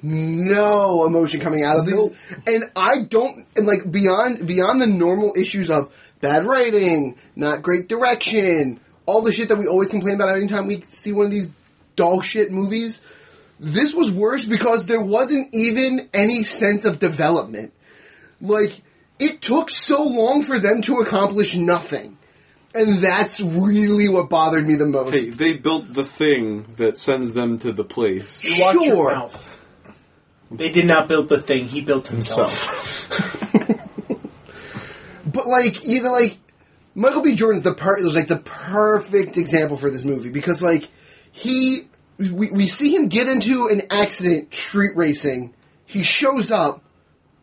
[SPEAKER 3] no emotion coming out of these, and I don't. And like beyond beyond the normal issues of bad writing, not great direction, all the shit that we always complain about anytime we see one of these dog shit movies. This was worse because there wasn't even any sense of development. Like it took so long for them to accomplish nothing. And that's really what bothered me the most.
[SPEAKER 1] Hey, they built the thing that sends them to the place.
[SPEAKER 2] Watch your
[SPEAKER 3] Sure.
[SPEAKER 2] mouth. They did not build the thing. He built himself.
[SPEAKER 3] But like you know, like Michael B. Jordan's the per- was like the perfect example for this movie because like he we, we see him get into an accident street racing. He shows up,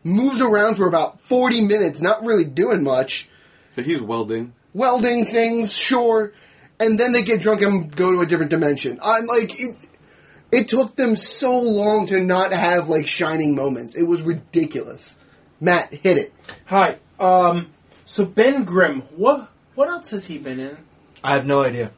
[SPEAKER 3] moves around for about forty minutes, not really doing much,
[SPEAKER 1] He's welding.
[SPEAKER 3] welding things, sure, and then they get drunk and go to a different dimension. I'm like. It, it took them so long to not have like shining moments. It was ridiculous. Matt hit it.
[SPEAKER 2] Hi. Um. So Ben Grimm. What? What else has he been in?
[SPEAKER 4] I have no idea.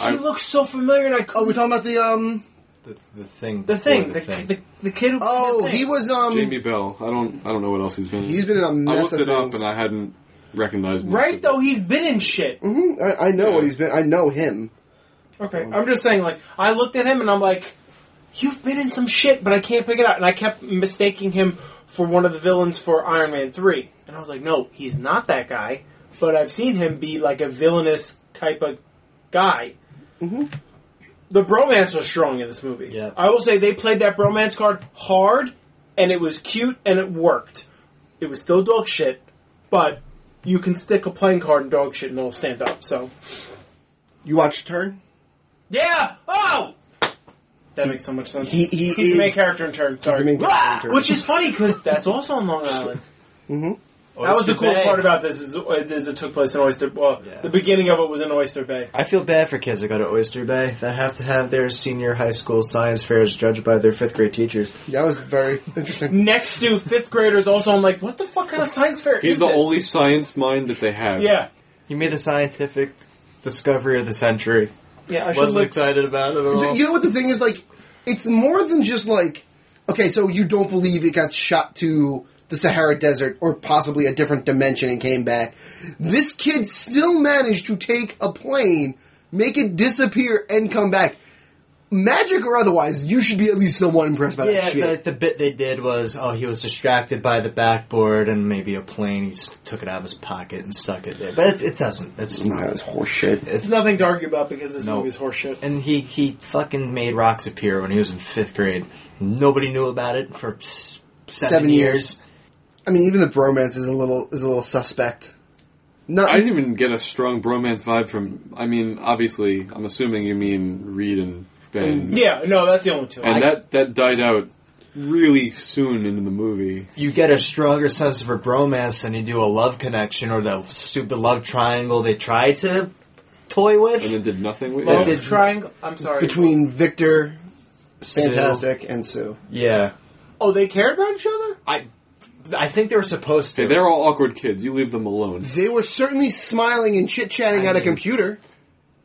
[SPEAKER 1] I-
[SPEAKER 2] He looks so familiar, and I
[SPEAKER 3] Oh,
[SPEAKER 2] couldn't.
[SPEAKER 3] we're talking about the um.
[SPEAKER 4] The, the thing.
[SPEAKER 2] the thing.
[SPEAKER 4] before
[SPEAKER 2] The, the, the kid. Who
[SPEAKER 3] Oh,
[SPEAKER 2] the thing.
[SPEAKER 3] he was um.
[SPEAKER 1] Jamie Bell. I don't. I don't know what else he's been. in.
[SPEAKER 3] He's been in a mess
[SPEAKER 1] I looked
[SPEAKER 3] of
[SPEAKER 1] it up
[SPEAKER 3] things.
[SPEAKER 1] and I hadn't recognized. most of
[SPEAKER 2] right
[SPEAKER 1] it.
[SPEAKER 2] though. He's been in shit.
[SPEAKER 3] Mhm, I, I know what he's been. I know him.
[SPEAKER 2] Okay, I'm just saying. Like, I looked at him and I'm like, "You've been in some shit," but I can't pick it out. And I kept mistaking him for one of the villains for Iron Man Three. And I was like, "No, he's not that guy." But I've seen him be like a villainous type of guy. The bromance was strong in this movie.
[SPEAKER 4] Yeah.
[SPEAKER 2] I will say they played that bromance card hard, and it was cute and it worked. It was still dog shit, but you can stick a playing card in dog shit and it'll stand up. So.
[SPEAKER 3] You watched Turn.
[SPEAKER 2] Yeah. Oh. That makes so much sense.
[SPEAKER 3] He- he
[SPEAKER 2] he's the main
[SPEAKER 3] is-
[SPEAKER 2] character in Turn. Sorry.
[SPEAKER 3] the main character in Turn.
[SPEAKER 2] Which is funny because that's also on Long Island.
[SPEAKER 4] Oyster
[SPEAKER 2] (laughs) That was the coolest
[SPEAKER 4] Bay.
[SPEAKER 2] part about this is, uh, is it took place in Oyster. Well,
[SPEAKER 4] Yeah.
[SPEAKER 2] the beginning of it was in Oyster Bay.
[SPEAKER 4] I feel bad for kids that go to Oyster Bay that have to have their senior high school science fairs judged by their fifth grade teachers.
[SPEAKER 3] That was very (laughs) interesting.
[SPEAKER 2] Next to fifth graders, also I'm like, what the fuck kind of science fair
[SPEAKER 1] He's
[SPEAKER 2] is
[SPEAKER 1] the
[SPEAKER 2] this?
[SPEAKER 1] only science mind that they have.
[SPEAKER 2] Yeah.
[SPEAKER 4] He made the scientific discovery of the century.
[SPEAKER 2] Yeah. I should
[SPEAKER 4] Wasn't
[SPEAKER 2] look.
[SPEAKER 4] excited about it at all.
[SPEAKER 3] You know what the thing is? Like, it's more than just like. Okay, so you don't believe it got shot to the Sahara Desert or possibly a different dimension and came back. This kid still managed to take a plane, make it disappear, and come back. Magic or otherwise, you should be at least somewhat impressed by
[SPEAKER 4] Yeah,
[SPEAKER 3] that shit.
[SPEAKER 4] the, the bit they did was, oh, he was distracted by the backboard and maybe a plane. He s took it out of his pocket and stuck it there. But it, it doesn't. It's not.
[SPEAKER 3] was horseshit.
[SPEAKER 4] It's
[SPEAKER 2] There's nothing to argue about because this
[SPEAKER 4] No.
[SPEAKER 2] movie's horseshit.
[SPEAKER 4] And he, he fucking made rocks appear when he was in fifth grade. Nobody knew about it for s- seven,
[SPEAKER 3] Seven
[SPEAKER 4] years.
[SPEAKER 3] I mean, even the bromance is a little is a little suspect. Not
[SPEAKER 1] I didn't even get a strong bromance vibe from. I mean, obviously, I'm assuming you mean Reed and Ben,
[SPEAKER 2] yeah. No, that's the only two.
[SPEAKER 1] and
[SPEAKER 2] I-
[SPEAKER 1] that that died out really soon into the movie.
[SPEAKER 4] You get a stronger sense of a bromance than you do a love connection or the stupid love triangle they tried to toy with.
[SPEAKER 1] And then did nothing with
[SPEAKER 2] Love
[SPEAKER 1] it.
[SPEAKER 4] did-
[SPEAKER 2] triangle. I'm sorry.
[SPEAKER 3] between Victor,
[SPEAKER 4] Sue.
[SPEAKER 3] Fantastic, and Sue.
[SPEAKER 4] Yeah.
[SPEAKER 2] Oh, they cared about each other.
[SPEAKER 4] I I think they were supposed to.
[SPEAKER 1] Hey, they're all awkward kids. You leave them alone.
[SPEAKER 3] They were certainly smiling and chit chatting
[SPEAKER 4] I
[SPEAKER 3] at a
[SPEAKER 4] mean-
[SPEAKER 3] computer.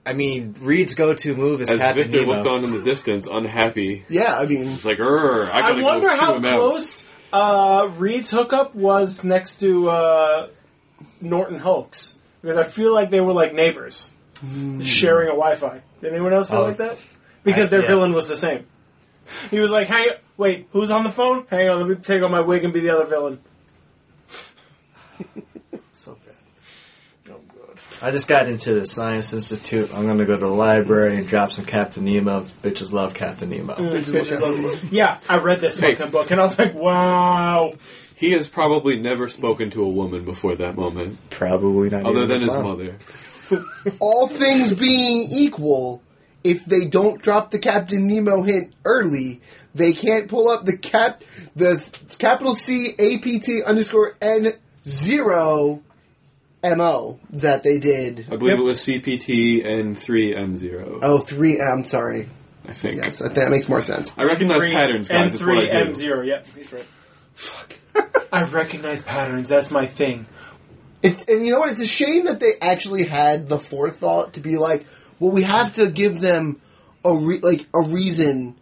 [SPEAKER 4] I mean, Reed's go-to move is
[SPEAKER 1] As
[SPEAKER 4] Captain
[SPEAKER 1] Victor
[SPEAKER 4] Nemo.
[SPEAKER 1] looked on in the distance, unhappy,
[SPEAKER 3] Yeah, I mean,
[SPEAKER 1] it's like, "Er, I
[SPEAKER 2] I
[SPEAKER 1] gotta
[SPEAKER 2] wonder
[SPEAKER 1] go chew
[SPEAKER 2] how
[SPEAKER 1] him out."
[SPEAKER 2] close uh, Reed's hookup was next to uh, Norton Hulk's. because I feel like they were like neighbors sharing a Wi-Fi. Did anyone else feel
[SPEAKER 4] Hmm. Oh.
[SPEAKER 2] like that? Because
[SPEAKER 4] I-
[SPEAKER 2] their
[SPEAKER 4] yeah.
[SPEAKER 2] villain was the same. He was like, "Hang, wait, who's on the phone? Hang on, let me take on my wig and be the other
[SPEAKER 4] (laughs)
[SPEAKER 2] villain."
[SPEAKER 4] So bad.
[SPEAKER 2] Oh god.
[SPEAKER 4] I just got into the Science Institute. I'm gonna go to the library and drop some Captain Nemo. Bitches love Captain Nemo.
[SPEAKER 2] Mm. Yeah, I read this
[SPEAKER 1] Hey.
[SPEAKER 2] fucking book and I was like, "Wow."
[SPEAKER 1] He has probably never spoken to a woman before that moment,
[SPEAKER 4] Probably not.
[SPEAKER 1] other
[SPEAKER 4] even
[SPEAKER 1] than his
[SPEAKER 4] mom.
[SPEAKER 1] mother.
[SPEAKER 3] All things being equal, if they don't drop the Captain Nemo hint early, they can't pull up the cap the s- capital C A P T underscore N zero M O that they did.
[SPEAKER 1] I believe
[SPEAKER 2] Yep.
[SPEAKER 1] it was CPT and 3M0,
[SPEAKER 3] Oh, three. I'm sorry.
[SPEAKER 1] I think.
[SPEAKER 3] Yes, I think that makes more sense.
[SPEAKER 1] I recognize
[SPEAKER 2] Three-
[SPEAKER 1] patterns, guys. That's what I
[SPEAKER 2] N3,
[SPEAKER 1] do.
[SPEAKER 2] M0, yep. He's right. Fuck. (laughs) I recognize patterns, that's my thing.
[SPEAKER 3] It's and you know what? It's a shame that they actually had the forethought to be like, well, we have to give them a re- like a reason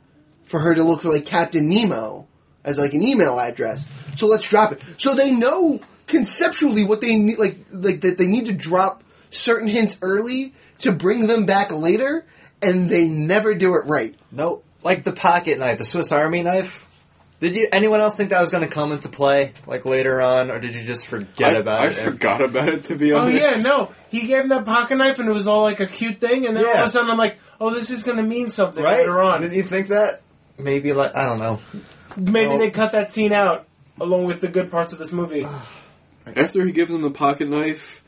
[SPEAKER 3] for her to look for like Captain Nemo as like an email address. So let's drop it. So they know conceptually what they need, like like that they need to drop certain hints early to bring them back later, and they never do it right.
[SPEAKER 4] No, like the pocket knife, the Swiss Army knife. Did you anyone else think that was going to come into play like later on, or did you just
[SPEAKER 1] I,
[SPEAKER 4] forget about
[SPEAKER 1] I
[SPEAKER 4] it?
[SPEAKER 1] forgot about it, to be
[SPEAKER 2] Oh
[SPEAKER 1] honest.
[SPEAKER 2] yeah, no. He gave him that pocket knife and it was all like a cute thing and then all
[SPEAKER 4] Yeah.
[SPEAKER 2] of a sudden I'm like, oh this is gonna mean something
[SPEAKER 4] right?
[SPEAKER 2] later on.
[SPEAKER 4] Did you think that? Maybe like I don't know.
[SPEAKER 2] Maybe
[SPEAKER 4] No.
[SPEAKER 2] they cut that scene out along with the good parts of this movie. (sighs)
[SPEAKER 1] After he gives him the pocket knife,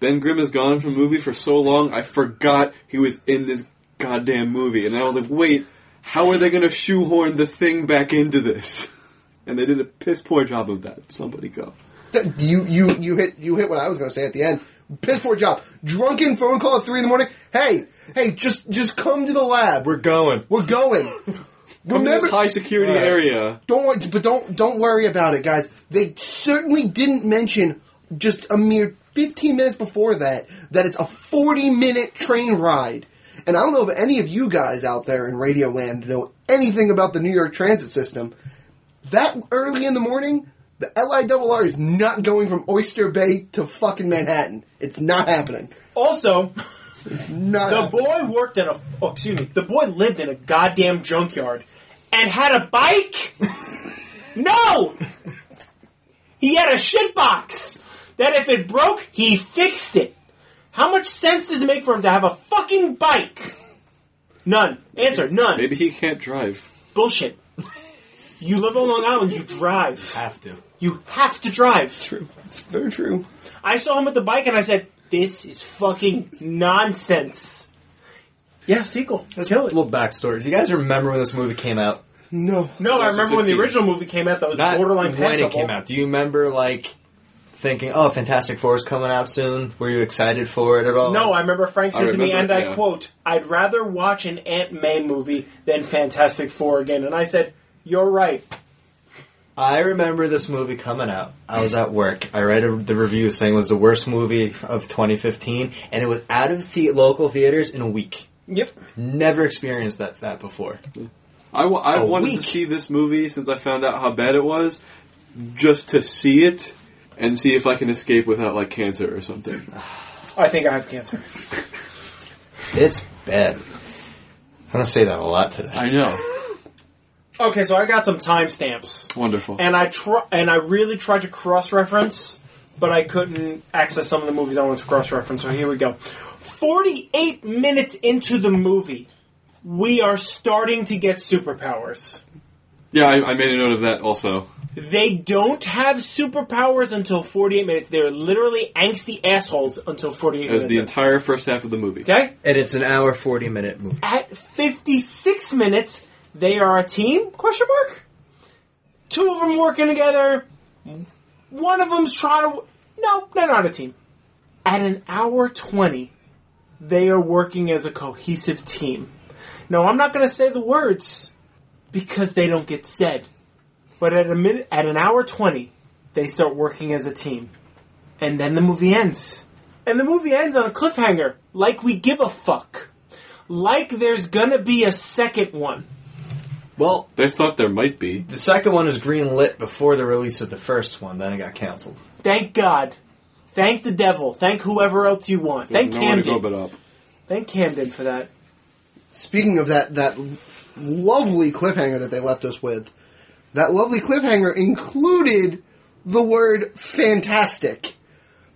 [SPEAKER 1] Ben Grimm is gone from the movie for so long, I forgot he was in this goddamn movie. And I was like, wait, how are they going to shoehorn the thing back into this? (laughs) And they did a piss poor job of that. Somebody go.
[SPEAKER 3] Th- You you you hit you hit what I was going to say at the end. Piss poor job. Drunken phone call at three in the morning. Hey hey, just just come to the lab. We're
[SPEAKER 4] going.
[SPEAKER 3] We're going.
[SPEAKER 1] Come to
[SPEAKER 3] Remember,
[SPEAKER 1] this high security
[SPEAKER 4] Alright.
[SPEAKER 1] area.
[SPEAKER 3] don't worry, but don't don't worry about it, guys. They certainly didn't mention just a mere fifteen minutes before that that it's a forty minute train ride. And I don't know if any of you guys out there in Radioland know anything about the New York transit system. That early in the morning, the LIRR is not going from Oyster Bay to fucking Manhattan. It's not happening.
[SPEAKER 2] Also,
[SPEAKER 3] Not
[SPEAKER 2] the
[SPEAKER 3] happening.
[SPEAKER 2] boy worked in a oh, excuse me, the boy lived in a goddamn junkyard and had a
[SPEAKER 4] (laughs)
[SPEAKER 2] bike? no! He had a shitbox that if it broke, he fixed it. How much sense does it make for him to have a fucking bike? None. Answer, none.
[SPEAKER 1] Maybe he can't drive.
[SPEAKER 2] Bullshit. You live on Long Island, you drive.
[SPEAKER 4] Have to.
[SPEAKER 2] You have to drive.
[SPEAKER 3] True. It's very true.
[SPEAKER 2] I saw him with the bike and I said, this is fucking nonsense. Yeah, sequel. Let's kill it.
[SPEAKER 4] little backstory. Do you guys remember when this movie came out?
[SPEAKER 3] No.
[SPEAKER 2] No, I remember when the
[SPEAKER 1] 2015.
[SPEAKER 2] original movie came out. That was
[SPEAKER 4] Not
[SPEAKER 2] borderline
[SPEAKER 4] when
[SPEAKER 2] passable.
[SPEAKER 4] it came out. Do you remember like thinking, "Oh, Fantastic Four is coming out soon"? Were you excited for it at all?
[SPEAKER 2] No, I remember Frank said
[SPEAKER 1] I
[SPEAKER 2] to me,
[SPEAKER 1] remember
[SPEAKER 2] and
[SPEAKER 1] it,
[SPEAKER 2] I
[SPEAKER 1] yeah.
[SPEAKER 2] quote, "I'd rather watch an Aunt May movie than Fantastic Four again." And I said, "You're right."
[SPEAKER 4] I remember this movie coming out. I was at work. I read a, the review saying it was the worst movie of 2015, and it was out of the local theaters in a week.
[SPEAKER 2] Yep.
[SPEAKER 4] Never experienced that that before.
[SPEAKER 1] I wa- I
[SPEAKER 4] A
[SPEAKER 1] wanted
[SPEAKER 4] week.
[SPEAKER 1] to see this movie since I found out how bad it was, just to see it and see if I can escape without like cancer or something.
[SPEAKER 2] I think I have cancer.
[SPEAKER 4] It's bad. I'm gonna say that a lot today.
[SPEAKER 1] I know.
[SPEAKER 2] Okay, so I got some timestamps,
[SPEAKER 1] Wonderful.
[SPEAKER 2] and I tr- and I really tried to cross reference, but I couldn't access some of the movies I wanted to cross reference. So here we go. Forty-eight minutes into the movie, we are starting to get superpowers.
[SPEAKER 1] yeah, I, I made a note of that also.
[SPEAKER 2] They don't have superpowers until 48 minutes. They're literally angsty assholes until 48
[SPEAKER 1] It was
[SPEAKER 2] minutes.
[SPEAKER 1] the entire first half of the movie.
[SPEAKER 2] okay?
[SPEAKER 4] and it's an hour forty minute movie.
[SPEAKER 2] At 56 minutes, they are a team? Question mark? Two of them working together. One of them's trying to No, they're not a team. At an hour 20, they are working as a cohesive team. No, I'm not going to say the words because they don't get said. But at a minute, at an hour 20, they start working as a team. And then the movie ends. And the movie ends on a cliffhanger, like we give a fuck. Like there's gonna be a second one.
[SPEAKER 4] Well,
[SPEAKER 1] They thought there might be.
[SPEAKER 4] the second one was green lit before the release of the first one. Then it got canceled.
[SPEAKER 2] Thank God. Thank the devil. Thank whoever else you want. Thank
[SPEAKER 1] Nowhere to go
[SPEAKER 2] Camden.
[SPEAKER 1] but up.
[SPEAKER 2] Thank Camden for that.
[SPEAKER 3] Speaking of that, that lovely cliffhanger that they left us with, that lovely cliffhanger included the word fantastic.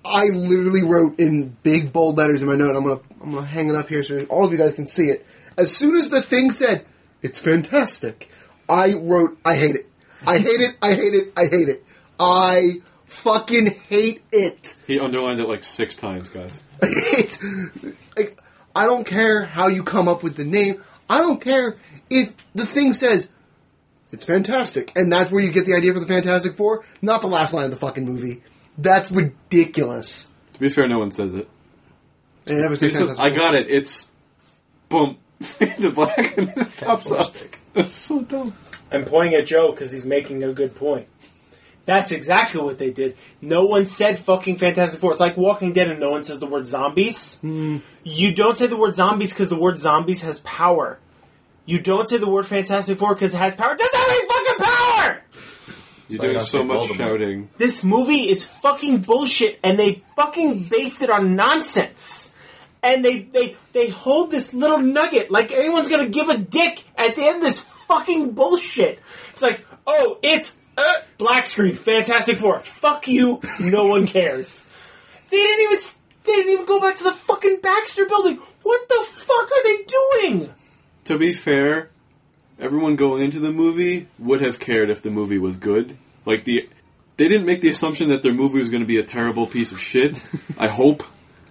[SPEAKER 3] I literally wrote in big bold letters in my note. I'm gonna I'm gonna hang it up here so all of you guys can see it. As soon as the thing said it's fantastic, I wrote I hate it. I hate it. I hate it. I hate it. I fucking hate it.
[SPEAKER 1] He underlined it like six times, guys.
[SPEAKER 3] It's like I don't care how you come up with the name. I don't care if the thing says it's fantastic, and that's where you get the idea for the Fantastic Four, not the last line of the fucking movie. That's ridiculous.
[SPEAKER 1] To be fair, no one says it.
[SPEAKER 3] They never say
[SPEAKER 1] He says,
[SPEAKER 3] Fantastic
[SPEAKER 1] I
[SPEAKER 3] Four.
[SPEAKER 1] got it. It's boom. (laughs) the black and then it pops up. That's so dumb.
[SPEAKER 2] I'm pointing at Joe because he's making a good point. That's exactly what they did. No one said fucking Fantastic Four. It's like Walking Dead and no one says the word zombies.
[SPEAKER 1] Hmm.
[SPEAKER 2] You don't say the word zombies because the word zombies has power. You don't say the word Fantastic Four because it has power. It doesn't have any fucking power!
[SPEAKER 1] You're
[SPEAKER 5] why I
[SPEAKER 1] doing
[SPEAKER 5] gotta
[SPEAKER 1] so
[SPEAKER 5] say
[SPEAKER 1] much
[SPEAKER 5] Voldemort.
[SPEAKER 1] shouting.
[SPEAKER 2] This movie is fucking bullshit and they fucking base it on nonsense. And they, they, they hold this little nugget like anyone's gonna give a dick at the end of this fucking bullshit. It's like, oh, it's uh, black screen, Fantastic Four. Fuck you, no one cares. They didn't even, they didn't even go back to the fucking Baxter building. What the fuck are they doing?
[SPEAKER 1] To be fair, everyone going into the movie would have cared if the movie was good. Like the, they didn't make the assumption that their movie was going to be a terrible piece of (laughs) shit. I hope.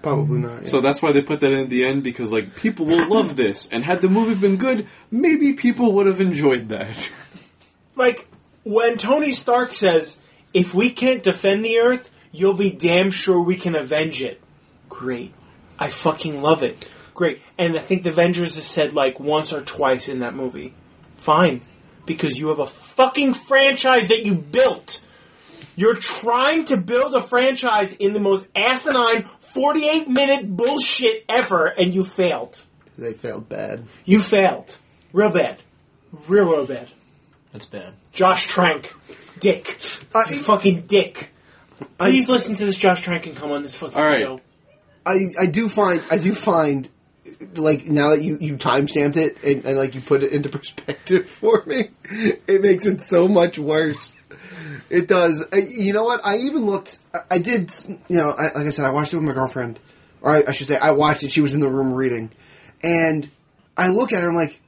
[SPEAKER 3] Probably not. yeah.
[SPEAKER 1] So that's why they put that in at the end because like people will love this, and had the movie been good, maybe people would have enjoyed that. (laughs)
[SPEAKER 2] like when Tony Stark says, "If we can't defend the Earth, you'll be damn sure we can avenge it." Great, I fucking love it. Great, and I think the Avengers is said like once or twice in that movie. Fine, because you have a fucking franchise that you built. You're trying to build a franchise in the most asinine 48 minute bullshit ever, and you failed.
[SPEAKER 3] they failed bad.
[SPEAKER 2] You failed. Real bad. Real, real bad.
[SPEAKER 5] That's bad.
[SPEAKER 2] Josh Trank, dick,
[SPEAKER 3] I-
[SPEAKER 2] you fucking dick. Please listen to this Josh Trank and come on this fucking
[SPEAKER 1] All right.
[SPEAKER 2] show.
[SPEAKER 3] I, I do find I do find like now that you you timestamped it and, and like you put it into (laughs) perspective for me, it makes it so much worse. It does. I, you know what? I even looked. I, I did. s- You know, I, like I said, I watched it with my girlfriend, or I, I should say, I watched it. She was in the room reading, and I look at her. I'm like,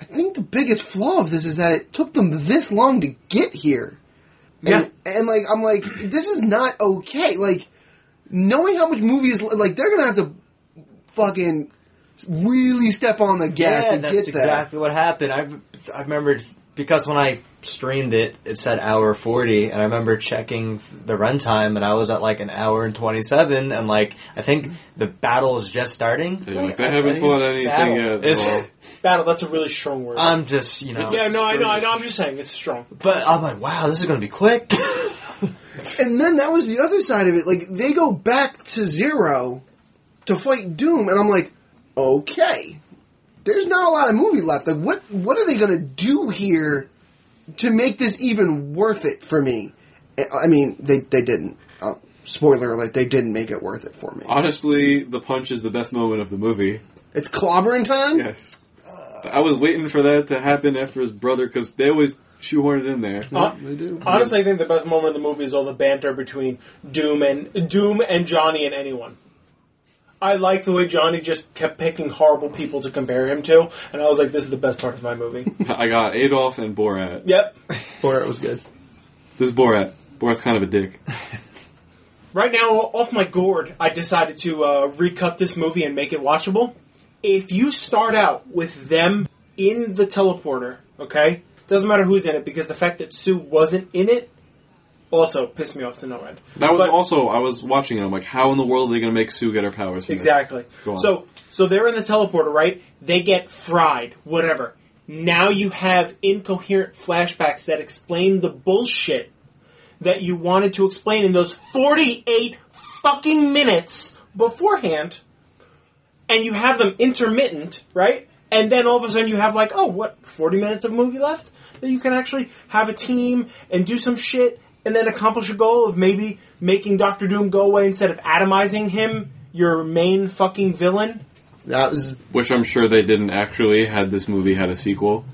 [SPEAKER 3] I think the biggest flaw of this is that it took them this long to get here.
[SPEAKER 2] Yeah.
[SPEAKER 3] And, and like I'm like, this is not okay. Like knowing how much movies like they're gonna have to fucking really step on the gas
[SPEAKER 4] yeah,
[SPEAKER 3] to
[SPEAKER 4] that's
[SPEAKER 3] get there.
[SPEAKER 4] exactly what happened. I I remembered because when I streamed it, it said hour forty, and I remember checking the runtime, and I was at like an hour and twenty seven, and like I think the battle is just starting.
[SPEAKER 1] They're like, they haven't fought anything yet.
[SPEAKER 4] It's-
[SPEAKER 1] well,
[SPEAKER 2] Battle, that's a really strong word.
[SPEAKER 4] (laughs) I'm just you know.
[SPEAKER 2] yeah, no, I know, I know, I'm just saying, it's strong.
[SPEAKER 4] But I'm like, wow, this is going to be (laughs) quick.
[SPEAKER 3] And then that was the other side of it. Like they go back to zero to fight Doom, and I'm like, okay, there's not a lot of movie left. Like what what are they gonna do here to make this even worth it for me? I I mean, they they didn't. Uh, spoiler alert: they didn't make it worth it for me.
[SPEAKER 1] honestly, the punch is the best moment of the movie.
[SPEAKER 3] It's clobbering time.
[SPEAKER 1] Yes. I was waiting for that to happen after his brother because they always shoehorn it in there.
[SPEAKER 2] Hon-
[SPEAKER 3] They do.
[SPEAKER 2] Uh, Honestly, I think the best moment of the movie is all the banter between Doom and Doom and Johnny and anyone. I like the way Johnny just kept picking horrible people to compare him to, and I was like, "This is the best part of my movie." (laughs)
[SPEAKER 1] I got Adolf and Borat.
[SPEAKER 2] yep.
[SPEAKER 3] Or it was good.
[SPEAKER 1] This is Borat. Borat's kind of a
[SPEAKER 2] (laughs)
[SPEAKER 1] dick.
[SPEAKER 2] Right now, off my gourd, I decided to uh, recut this movie and make it watchable. If you start out with them in the teleporter, okay, doesn't matter who's in it because the fact that Sue wasn't in it also pissed me off to no end.
[SPEAKER 1] That was
[SPEAKER 2] But-
[SPEAKER 1] also I was watching it. I'm like, how in the world are they going to make Sue get her powers? From this?
[SPEAKER 2] Exactly.
[SPEAKER 1] Go on.
[SPEAKER 2] So so they're in the teleporter, right? They get fried, whatever. Now you have incoherent flashbacks that explain the bullshit that you wanted to explain in those 48 fucking minutes beforehand. And you have them intermittent, right? And then all of a sudden you have like, oh, what, 40 minutes of movie left? That you can actually have a team and do some shit and then accomplish a goal of maybe making Doctor Doom go away instead of atomizing him, your main fucking villain.
[SPEAKER 3] That was
[SPEAKER 1] Which I'm sure they didn't actually had this movie had a sequel.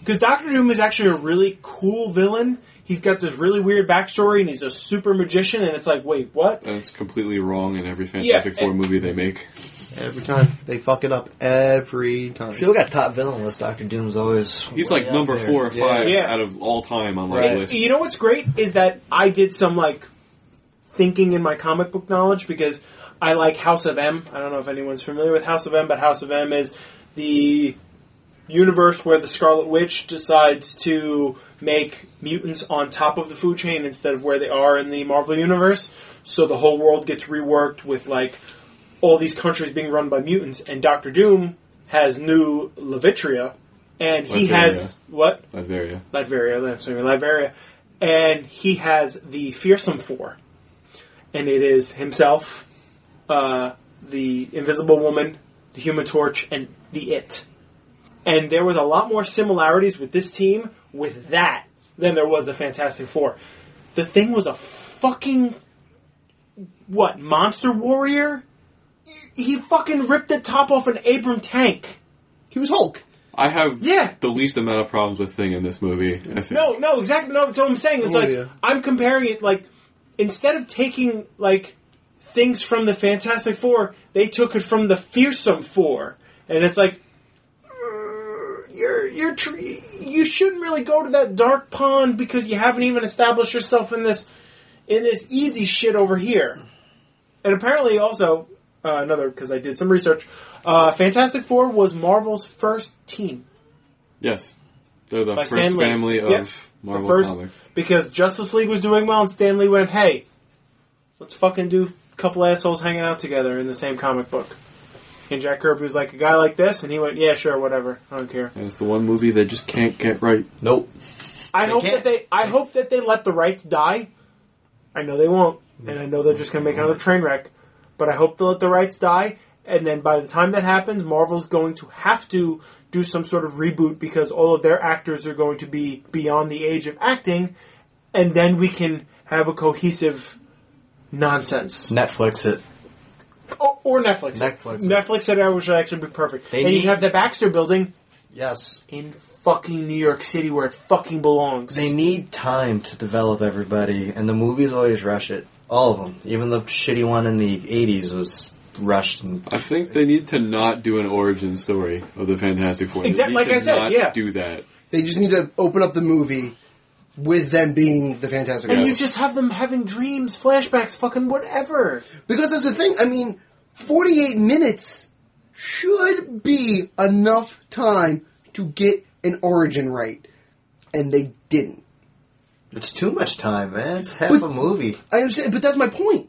[SPEAKER 2] Because Doctor Doom is actually a really cool villain. He's got this really weird backstory, and he's a super magician. And it's like, wait, what?
[SPEAKER 1] And it's completely wrong in every Fantastic
[SPEAKER 2] Yeah,
[SPEAKER 1] Four
[SPEAKER 2] and-
[SPEAKER 1] movie they make.
[SPEAKER 3] every time they fuck it up every time.
[SPEAKER 4] If you look at top villain list, Doctor Doom's always.
[SPEAKER 1] He's
[SPEAKER 4] way
[SPEAKER 1] like
[SPEAKER 4] out
[SPEAKER 1] number
[SPEAKER 4] there.
[SPEAKER 1] four or
[SPEAKER 4] Yeah.
[SPEAKER 1] five
[SPEAKER 2] Yeah.
[SPEAKER 1] out of all time on my
[SPEAKER 4] Right.
[SPEAKER 1] list.
[SPEAKER 2] You know what's great is that I did some like thinking in my comic book knowledge because I like House of M. I don't know if anyone's familiar with House of M, but House of M is the universe where the Scarlet Witch decides to make mutants on top of the food chain instead of where they are in the Marvel universe. So the whole world gets reworked with like all these countries being run by mutants, and Doctor Doom has new Levitria, and he
[SPEAKER 1] Latveria.
[SPEAKER 2] has what?
[SPEAKER 1] Latveria.
[SPEAKER 2] Latveria, I'm sorry, Latveria, and he has the fearsome four, and it is himself, uh, the Invisible Woman, the Human Torch, and the It. And there was a lot more similarities with this team with that than there was the Fantastic Four. The thing was a fucking what monster warrior. He fucking ripped the top off an Abram tank.
[SPEAKER 3] He was Hulk.
[SPEAKER 1] I have
[SPEAKER 2] Yeah.
[SPEAKER 1] the least amount of problems with Thing in this movie. I think.
[SPEAKER 2] No, no, exactly. No, that's what I'm saying. It's
[SPEAKER 3] Oh,
[SPEAKER 2] like
[SPEAKER 3] yeah.
[SPEAKER 2] I'm comparing it. Like instead of taking like things from the Fantastic Four, they took it from the Fearsome Four, and it's like uh, you're you're tr- you shouldn't really go to that dark pond because you haven't even established yourself in this in this easy shit over here. And apparently, also uh, another because I did some research. Uh, Fantastic Four was Marvel's first team.
[SPEAKER 1] Yes. They're the
[SPEAKER 2] By
[SPEAKER 1] first
[SPEAKER 2] Stan Lee.
[SPEAKER 1] family of
[SPEAKER 2] Yep.
[SPEAKER 1] Marvel
[SPEAKER 2] first
[SPEAKER 1] Comics.
[SPEAKER 2] because Justice League was doing well, and Stanley went, "Hey, let's fucking do a couple assholes hanging out together in the same comic book." And Jack Kirby was like, "A guy like this," and he went, "Yeah, sure, whatever, I don't care."
[SPEAKER 1] And it's the one movie they just can't get right.
[SPEAKER 4] Nope.
[SPEAKER 2] I hope
[SPEAKER 4] can't.
[SPEAKER 2] that they, I hope that they let the rights die. I know they won't, and I know they're just gonna make another train wreck. But I hope they let the rights die, and then by the time that happens, Marvel's going to have to do some sort of reboot because all of their actors are going to be beyond the age of acting, and then we can have a cohesive nonsense.
[SPEAKER 4] Netflix it.
[SPEAKER 2] Or, or Netflix.
[SPEAKER 4] Netflix.
[SPEAKER 2] Netflix said I would actually be perfect.
[SPEAKER 4] They
[SPEAKER 2] and you
[SPEAKER 4] need-
[SPEAKER 2] can have the Baxter Building
[SPEAKER 4] Yes.
[SPEAKER 2] in fucking New York City where it fucking belongs.
[SPEAKER 4] They need time to develop everybody, and the movies always rush it. All of them. Even the shitty one in the 80s was rushed. And
[SPEAKER 1] I think they need to not do an origin story of the Fantastic Four. They
[SPEAKER 2] Exact-
[SPEAKER 1] need
[SPEAKER 2] like
[SPEAKER 1] to
[SPEAKER 2] I said,
[SPEAKER 1] not
[SPEAKER 2] yeah.
[SPEAKER 1] Do that.
[SPEAKER 3] They just need to open up the movie with them being the Fantastic
[SPEAKER 2] And
[SPEAKER 3] Four.
[SPEAKER 2] you just have them having dreams, flashbacks, fucking whatever.
[SPEAKER 3] Because that's the thing. I mean, 48 minutes should be enough time to get an origin right. And they didn't.
[SPEAKER 4] it's too much time, man. It's half
[SPEAKER 3] But-
[SPEAKER 4] a movie.
[SPEAKER 3] I understand, but that's my point.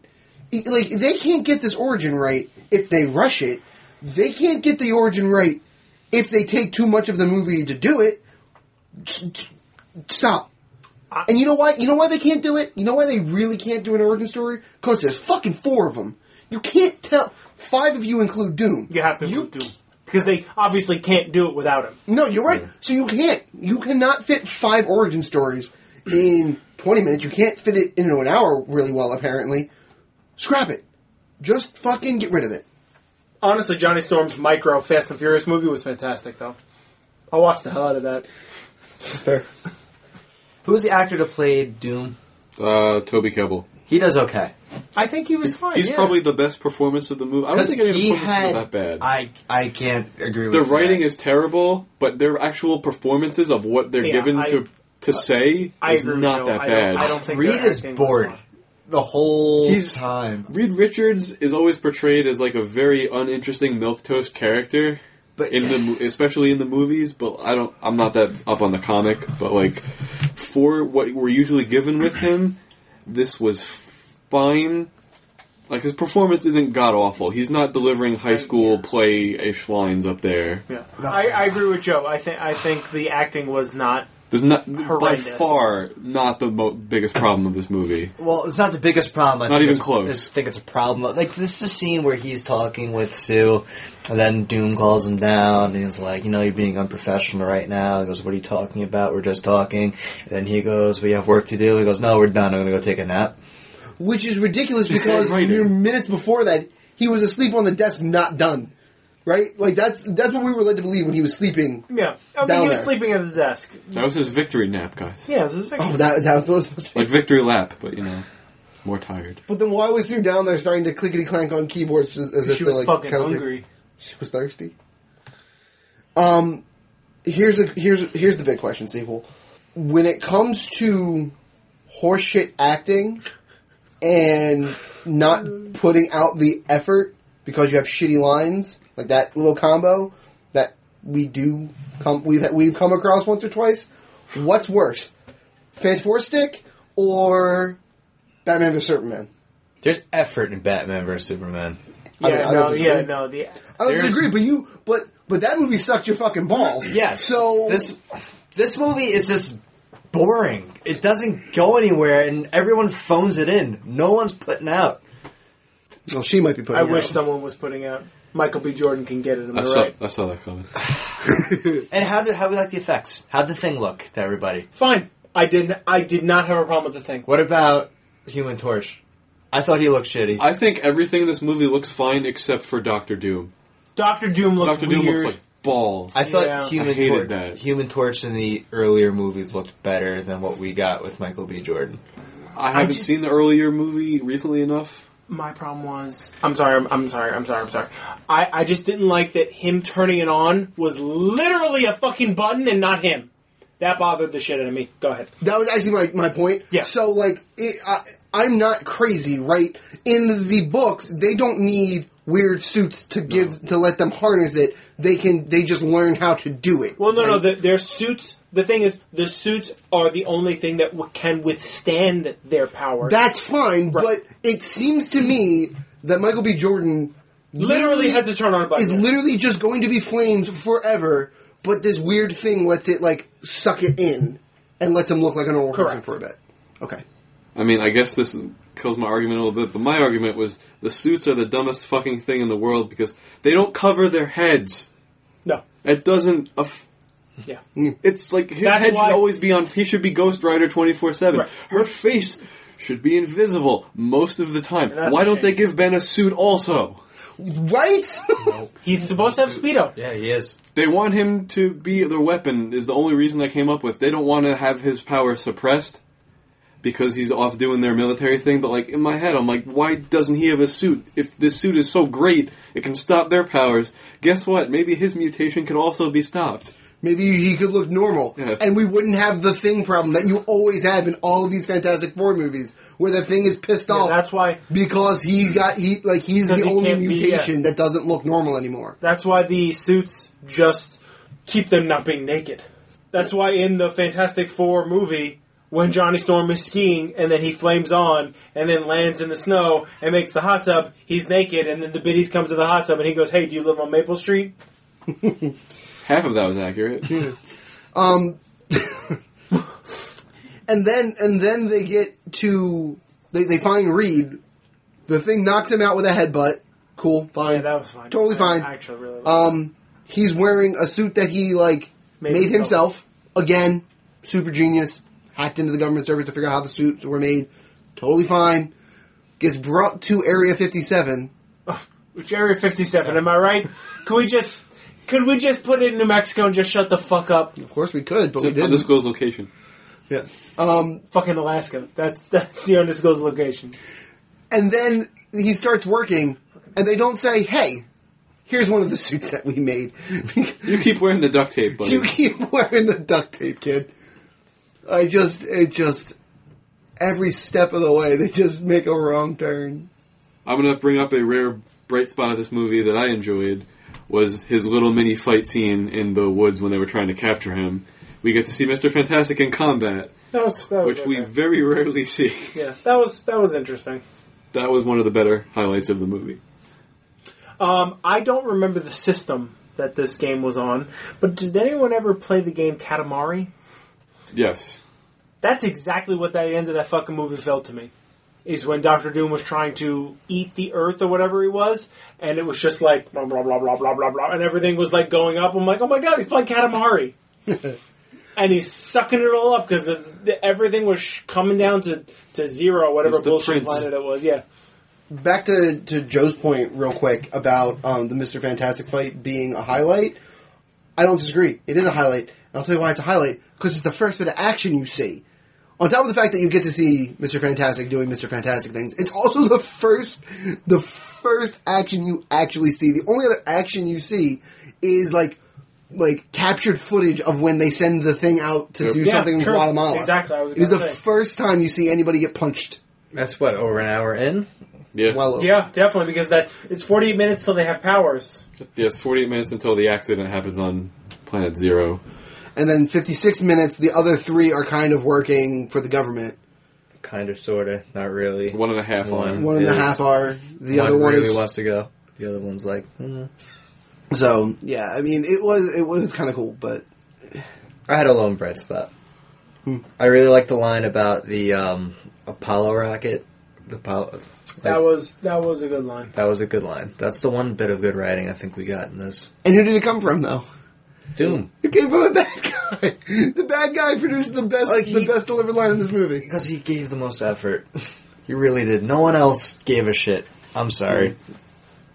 [SPEAKER 3] E- Like, they can't get this origin right if they rush it. They can't get the origin right if they take too much of the movie to do it. S- s- Stop. And you know why? You know why they can't do it? You know why they really can't do an origin story? Because there's fucking four of them. You can't tell. Five of you include Doom.
[SPEAKER 2] You have to
[SPEAKER 3] You-
[SPEAKER 2] do because they obviously can't do it without him.
[SPEAKER 3] No, you're right. So you can't. You cannot fit five origin stories in 20 minutes. You can't fit it into an hour really well, apparently. Scrap it. Just fucking get rid of it.
[SPEAKER 2] Honestly, Johnny Storm's micro Fast and Furious movie was fantastic, though. I watched the hell out of that.
[SPEAKER 4] Who's the actor that played Doom?
[SPEAKER 1] Uh, Toby Kebbell.
[SPEAKER 4] He does okay.
[SPEAKER 2] I think he was fine.
[SPEAKER 1] He's
[SPEAKER 2] yeah.
[SPEAKER 1] probably the best performance of the movie. I don't
[SPEAKER 4] Because
[SPEAKER 1] think any of the
[SPEAKER 4] he
[SPEAKER 1] performances
[SPEAKER 4] had.
[SPEAKER 1] were that bad.
[SPEAKER 4] I, I can't agree with
[SPEAKER 1] the
[SPEAKER 4] that.
[SPEAKER 1] writing is terrible, but their actual performances of what they're
[SPEAKER 2] Yeah,
[SPEAKER 1] given
[SPEAKER 2] I-
[SPEAKER 1] to to say
[SPEAKER 2] I
[SPEAKER 1] is
[SPEAKER 2] agree with
[SPEAKER 1] not
[SPEAKER 2] Joe.
[SPEAKER 1] that
[SPEAKER 2] I
[SPEAKER 1] bad.
[SPEAKER 2] Don't, I don't think
[SPEAKER 4] Reed
[SPEAKER 2] their
[SPEAKER 4] is
[SPEAKER 2] acting was
[SPEAKER 4] bored
[SPEAKER 2] fine.
[SPEAKER 4] the whole
[SPEAKER 1] He's-
[SPEAKER 4] time.
[SPEAKER 1] Reed Richards is always portrayed as like a very uninteresting milquetoast character,
[SPEAKER 4] But-
[SPEAKER 1] in the mo- especially in the movies. But I don't, I'm not that up on the comic. But like for what we're usually given with him, this was fine. Like his performance isn't god awful. He's not delivering high school play ish lines up there.
[SPEAKER 2] Yeah. I, I agree with Joe. I think I think the acting was not
[SPEAKER 1] There's not by
[SPEAKER 2] Horrendous.
[SPEAKER 1] far not the mo- biggest problem of this movie.
[SPEAKER 4] Well, it's not the biggest problem. I
[SPEAKER 1] Not
[SPEAKER 4] think
[SPEAKER 1] even
[SPEAKER 4] it's-
[SPEAKER 1] close.
[SPEAKER 4] I think it's a problem. Like this is the scene where he's talking with Sue, and then Doom calls him down, and he's like, "You know, you're being unprofessional right now." He goes, "What are you talking about? We're just talking." And then he goes, "We have work to do." He goes, "No, we're done. I'm gonna go take a nap."
[SPEAKER 3] Which is ridiculous because
[SPEAKER 1] Right.
[SPEAKER 3] mere minutes before that, he was asleep on the desk, not done. Right? Like that's that's what we were led to believe when he was sleeping.
[SPEAKER 2] Yeah. I mean,
[SPEAKER 3] Down
[SPEAKER 2] he was
[SPEAKER 3] there.
[SPEAKER 2] sleeping at the desk.
[SPEAKER 1] That was his victory nap, guys.
[SPEAKER 2] Yeah, it was
[SPEAKER 3] Oh, that that was supposed to be.
[SPEAKER 1] Like victory lap, but you know, more tired.
[SPEAKER 3] But then why was Sue down there starting to clickety clank on keyboards just as if
[SPEAKER 2] she
[SPEAKER 3] to,
[SPEAKER 2] was
[SPEAKER 3] like,
[SPEAKER 2] fucking
[SPEAKER 3] calibrate-
[SPEAKER 2] hungry.
[SPEAKER 3] She was thirsty. Um, here's a here's here's the big question, sequel. When it comes to horseshit acting and not putting out the effort because you have shitty lines like that little combo that we do come we've we've come across once or twice. What's worse, Fantastic or Batman vs Superman?
[SPEAKER 4] There's effort in Batman vs Superman.
[SPEAKER 3] I don't-
[SPEAKER 2] Yeah,
[SPEAKER 3] I don't
[SPEAKER 2] no, yeah,
[SPEAKER 3] disagree.
[SPEAKER 2] no. The
[SPEAKER 3] I don't
[SPEAKER 4] There's-
[SPEAKER 3] disagree, but you but but that movie sucked your fucking balls.
[SPEAKER 4] Yes.
[SPEAKER 3] So
[SPEAKER 4] this this movie is just boring. It doesn't go anywhere, and everyone phones it in. No one's putting out.
[SPEAKER 3] Well, she might be putting.
[SPEAKER 2] I
[SPEAKER 3] it
[SPEAKER 2] wish
[SPEAKER 3] out.
[SPEAKER 2] someone was putting out. Michael B. Jordan can get it. Am I
[SPEAKER 1] I saw,
[SPEAKER 2] right?
[SPEAKER 1] I saw that coming.
[SPEAKER 4] And how did how we like the effects? How'd the thing look to everybody?
[SPEAKER 2] Fine. I didn't. I did not have a problem with the thing.
[SPEAKER 4] What about Human Torch? I thought he looked shitty.
[SPEAKER 1] I think everything in this movie looks fine except for Doctor Doom.
[SPEAKER 2] Doctor Doom looked
[SPEAKER 1] Doctor
[SPEAKER 2] weird.
[SPEAKER 1] Doom looks like balls.
[SPEAKER 4] I thought
[SPEAKER 2] Yeah.
[SPEAKER 4] Human
[SPEAKER 1] I hated
[SPEAKER 4] Torch
[SPEAKER 1] that.
[SPEAKER 4] Human Torch in the earlier movies looked better than what we got with Michael B. Jordan.
[SPEAKER 1] I haven't
[SPEAKER 2] just-
[SPEAKER 1] seen the earlier movie recently enough.
[SPEAKER 2] My problem was. I'm sorry. I'm, I'm sorry. I'm sorry. I'm sorry. I, I just didn't like that him turning it on was literally a fucking button and not him. That bothered the shit out of me. Go ahead.
[SPEAKER 3] That was actually my, my point.
[SPEAKER 2] Yeah.
[SPEAKER 3] So like, it, I, I'm not crazy, right? In the books, they don't need weird suits to give to let them harness it. They can. They just learn how to do it.
[SPEAKER 2] Well, no, no.
[SPEAKER 3] right?
[SPEAKER 2] The, their suits. The thing is, the suits are the only thing that w- can withstand their power.
[SPEAKER 3] That's fine, but
[SPEAKER 2] Right.
[SPEAKER 3] it seems to me that Michael B. Jordan
[SPEAKER 2] literally had to turn on a
[SPEAKER 3] is
[SPEAKER 2] button.
[SPEAKER 3] literally just going to be flamed forever. But this weird thing lets it like suck it in and lets him look like a normal person
[SPEAKER 2] Correct.
[SPEAKER 3] for a bit. Okay.
[SPEAKER 1] I mean, I guess this kills my argument a little bit, but my argument was the suits are the dumbest fucking thing in the world because they don't cover their heads.
[SPEAKER 2] no.
[SPEAKER 1] It doesn't. Aff-
[SPEAKER 2] Yeah.
[SPEAKER 1] it's like his
[SPEAKER 2] That's
[SPEAKER 1] head
[SPEAKER 2] why-
[SPEAKER 1] should always be on. He should be Ghost Rider twenty four seven.
[SPEAKER 2] Right.
[SPEAKER 1] Her face should be invisible most of the time.
[SPEAKER 2] that's
[SPEAKER 1] Why
[SPEAKER 2] a
[SPEAKER 1] don't they
[SPEAKER 2] shame.
[SPEAKER 1] give Ben a suit also?
[SPEAKER 3] Right?
[SPEAKER 2] He's supposed to have speedo.
[SPEAKER 4] Yeah, he is.
[SPEAKER 1] They want him to be their weapon is the only reason I came up with. They don't want to have his power suppressed because he's off doing their military thing, but like in my head I'm like, why doesn't he have a suit? If this suit is so great, it can stop their powers. Guess what? Maybe his mutation could also be stopped.
[SPEAKER 3] (laughs) Maybe he could look normal,
[SPEAKER 1] Yeah.
[SPEAKER 3] and we wouldn't have the thing problem that you always have in all of these Fantastic Four movies, where the thing is pissed
[SPEAKER 2] Yeah,
[SPEAKER 3] off
[SPEAKER 2] that's why.
[SPEAKER 3] because he got he like he's the
[SPEAKER 2] 'Cause he
[SPEAKER 3] only
[SPEAKER 2] can't be,
[SPEAKER 3] mutation that doesn't look normal anymore.
[SPEAKER 2] That's why the suits just keep them not being naked. That's why in the Fantastic Four movie, when Johnny Storm is skiing and then he flames on and then lands in the snow and makes the hot tub, he's naked and then the biddies come to the hot tub and he goes, "Hey, do you live on Maple Street?"
[SPEAKER 1] Half of that was
[SPEAKER 3] (laughs)
[SPEAKER 1] accurate.
[SPEAKER 3] Um, and then and then they get to they they find Reed. The thing knocks him out with a headbutt. Cool, fine,
[SPEAKER 2] Yeah, that was fine.
[SPEAKER 3] totally
[SPEAKER 2] I-
[SPEAKER 3] fine.
[SPEAKER 2] I actually really. liked
[SPEAKER 3] Um, he's wearing a suit that he like
[SPEAKER 2] Made
[SPEAKER 3] made,
[SPEAKER 2] himself.
[SPEAKER 3] himself. Again, super genius. Hacked into the government service to figure out how the suits were made. Totally fine. Gets brought to Area 57.
[SPEAKER 2] it. Which Area Fifty Seven? Am I
[SPEAKER 3] (laughs)
[SPEAKER 2] right? Could we just could we just put it in New Mexico and just shut the fuck up?
[SPEAKER 3] Of course we could, but we
[SPEAKER 1] It's an
[SPEAKER 3] didn't.
[SPEAKER 1] undisclosed location.
[SPEAKER 3] yeah. Um,
[SPEAKER 2] Fucking Alaska. That's (laughs) that's the undisclosed location.
[SPEAKER 3] and then he starts working, and they don't say, "Hey, here's one of the (laughs) suits that we made."
[SPEAKER 1] You keep wearing the duct tape, buddy.
[SPEAKER 3] You keep (laughs) wearing the duct tape, kid. I just, it just, every step of the way, they just make a wrong turn.
[SPEAKER 1] I'm gonna bring up a rare bright spot of this movie that I enjoyed was his little mini fight scene in the woods when they were trying to capture him. We get to see Mr. Fantastic in combat,
[SPEAKER 2] That was, that was
[SPEAKER 1] which we
[SPEAKER 2] okay.
[SPEAKER 1] very rarely see. (laughs)
[SPEAKER 2] yeah that was that was interesting.
[SPEAKER 1] That was one of the better highlights of the movie.
[SPEAKER 2] Um, I don't remember the system that this game was on, but did anyone ever play the game Katamari?
[SPEAKER 1] Yes.
[SPEAKER 2] That's exactly what that end of that fucking movie felt to me. Is when Doctor Doom was trying to eat the Earth or whatever he was, and it was just like blah blah blah blah blah blah blah, and everything was like going up. I'm like, oh my god, he's
[SPEAKER 1] (laughs)
[SPEAKER 2] playing Katamari, and he's sucking it all up because the, the, everything was sh- coming down to to zero, whatever
[SPEAKER 1] It's the
[SPEAKER 2] bullshit
[SPEAKER 1] prince.
[SPEAKER 2] planet it was. Yeah,
[SPEAKER 3] back to, to Joe's point real quick about um, the Mr. Fantastic fight being a highlight. I don't disagree. It is a highlight. And I'll tell you why it's a highlight because it's the first bit of action you see. On top of the fact that you get to see Mr. Fantastic doing Mr. Fantastic things, it's also the first the first action you actually see. The only other action you see is like like captured footage of when they send the thing out to
[SPEAKER 1] Yep.
[SPEAKER 3] do
[SPEAKER 1] Yeah,
[SPEAKER 3] something
[SPEAKER 2] true.
[SPEAKER 3] in Guatemala.
[SPEAKER 2] Exactly, I was
[SPEAKER 3] it is the
[SPEAKER 2] gonna say.
[SPEAKER 3] first time you see anybody get punched.
[SPEAKER 4] That's what over an hour in.
[SPEAKER 1] Yeah.
[SPEAKER 3] Well, over.
[SPEAKER 2] yeah, definitely because that it's 48 minutes till they have powers.
[SPEAKER 1] yeah, it's 48 minutes until the accident happens on Planet Zero.
[SPEAKER 3] and then 56 minutes. The other three are kind of working for the government.
[SPEAKER 4] Kind of, sorta, not really.
[SPEAKER 1] One and a half
[SPEAKER 4] One.
[SPEAKER 1] on.
[SPEAKER 3] One and a
[SPEAKER 4] Yes.
[SPEAKER 3] half are the other
[SPEAKER 4] One
[SPEAKER 3] one
[SPEAKER 4] really
[SPEAKER 3] is
[SPEAKER 4] wants to go. The other one's like, hmm.
[SPEAKER 3] so yeah. I mean, it was it was kind of cool, but
[SPEAKER 4] I had a lone bright spot. I really like the line about the um, Apollo rocket. The Apollo.
[SPEAKER 2] That was that was a good line.
[SPEAKER 4] That was a good line. That's the one bit of good writing I think we got in this.
[SPEAKER 3] and who did it come from though?
[SPEAKER 4] Doom.
[SPEAKER 3] It came from the bad (laughs) guy. The bad guy produced the best
[SPEAKER 4] Oh, he-
[SPEAKER 3] the best delivered line in this movie.
[SPEAKER 4] Because he gave the most effort. (laughs) He really did. No one else gave a shit. I'm sorry.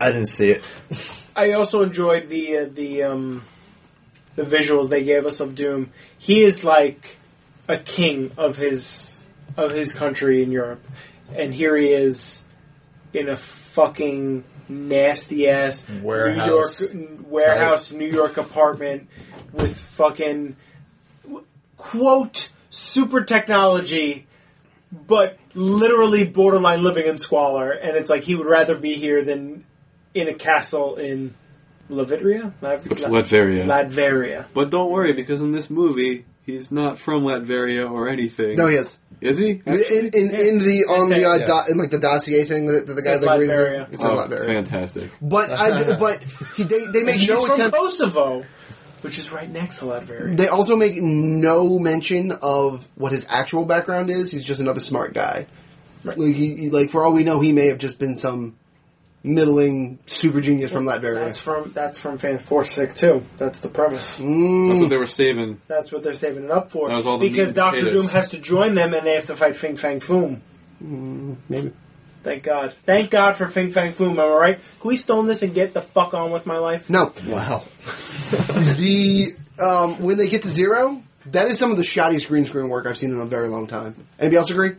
[SPEAKER 4] I didn't see it.
[SPEAKER 2] I also enjoyed the uh, the um, the visuals they gave us of Doom. He is like a king of his of his country in Europe, and here he is in a fucking nasty ass
[SPEAKER 4] Warehouse
[SPEAKER 2] New York n- warehouse New York apartment with fucking w- quote super technology. But literally borderline living in squalor, and it's like he would rather be here than in a castle in Lavitria? Lav-
[SPEAKER 1] Which
[SPEAKER 2] La-
[SPEAKER 1] Latveria.
[SPEAKER 2] Latveria.
[SPEAKER 1] but don't worry, because in this movie, he's not from Latveria or anything.
[SPEAKER 3] No, he is
[SPEAKER 1] Is he?
[SPEAKER 3] in in, in the on the uh,
[SPEAKER 2] Yeah.
[SPEAKER 3] do, in like the dossier thing that, that the
[SPEAKER 2] Says
[SPEAKER 3] guys like
[SPEAKER 2] Latveria.
[SPEAKER 3] reading. It says
[SPEAKER 1] Oh,
[SPEAKER 3] Latveria.
[SPEAKER 1] fantastic.
[SPEAKER 3] But I, but he, they
[SPEAKER 2] (laughs)
[SPEAKER 3] they make
[SPEAKER 2] She's
[SPEAKER 3] no
[SPEAKER 2] from
[SPEAKER 3] attempt.
[SPEAKER 2] Kosovo, which is right next to Latveria.
[SPEAKER 3] They also make no mention of what his actual background is. He's just another smart guy.
[SPEAKER 2] Right.
[SPEAKER 3] Like, he, he- like for all we know, he may have just been some middling super genius from Latveria.
[SPEAKER 2] That's from that's from Fan Four Six Two. That's the premise.
[SPEAKER 1] That's what they were saving.
[SPEAKER 2] That's what they're saving it up for.
[SPEAKER 1] Hmm. That was all the meat
[SPEAKER 2] because
[SPEAKER 1] and
[SPEAKER 2] Doctor
[SPEAKER 1] potatoes.
[SPEAKER 2] Doom has to join them, and they have to fight Fing Fang Foom.
[SPEAKER 3] Maybe.
[SPEAKER 2] Thank God. Thank God for Fing Fang Foom. Am I right? Can we stone this and get the fuck on with my life?
[SPEAKER 3] No,
[SPEAKER 4] Wow.
[SPEAKER 3] the um, when they get to zero, that is some of the shoddiest green screen work I've seen in a very long time. Anybody else agree?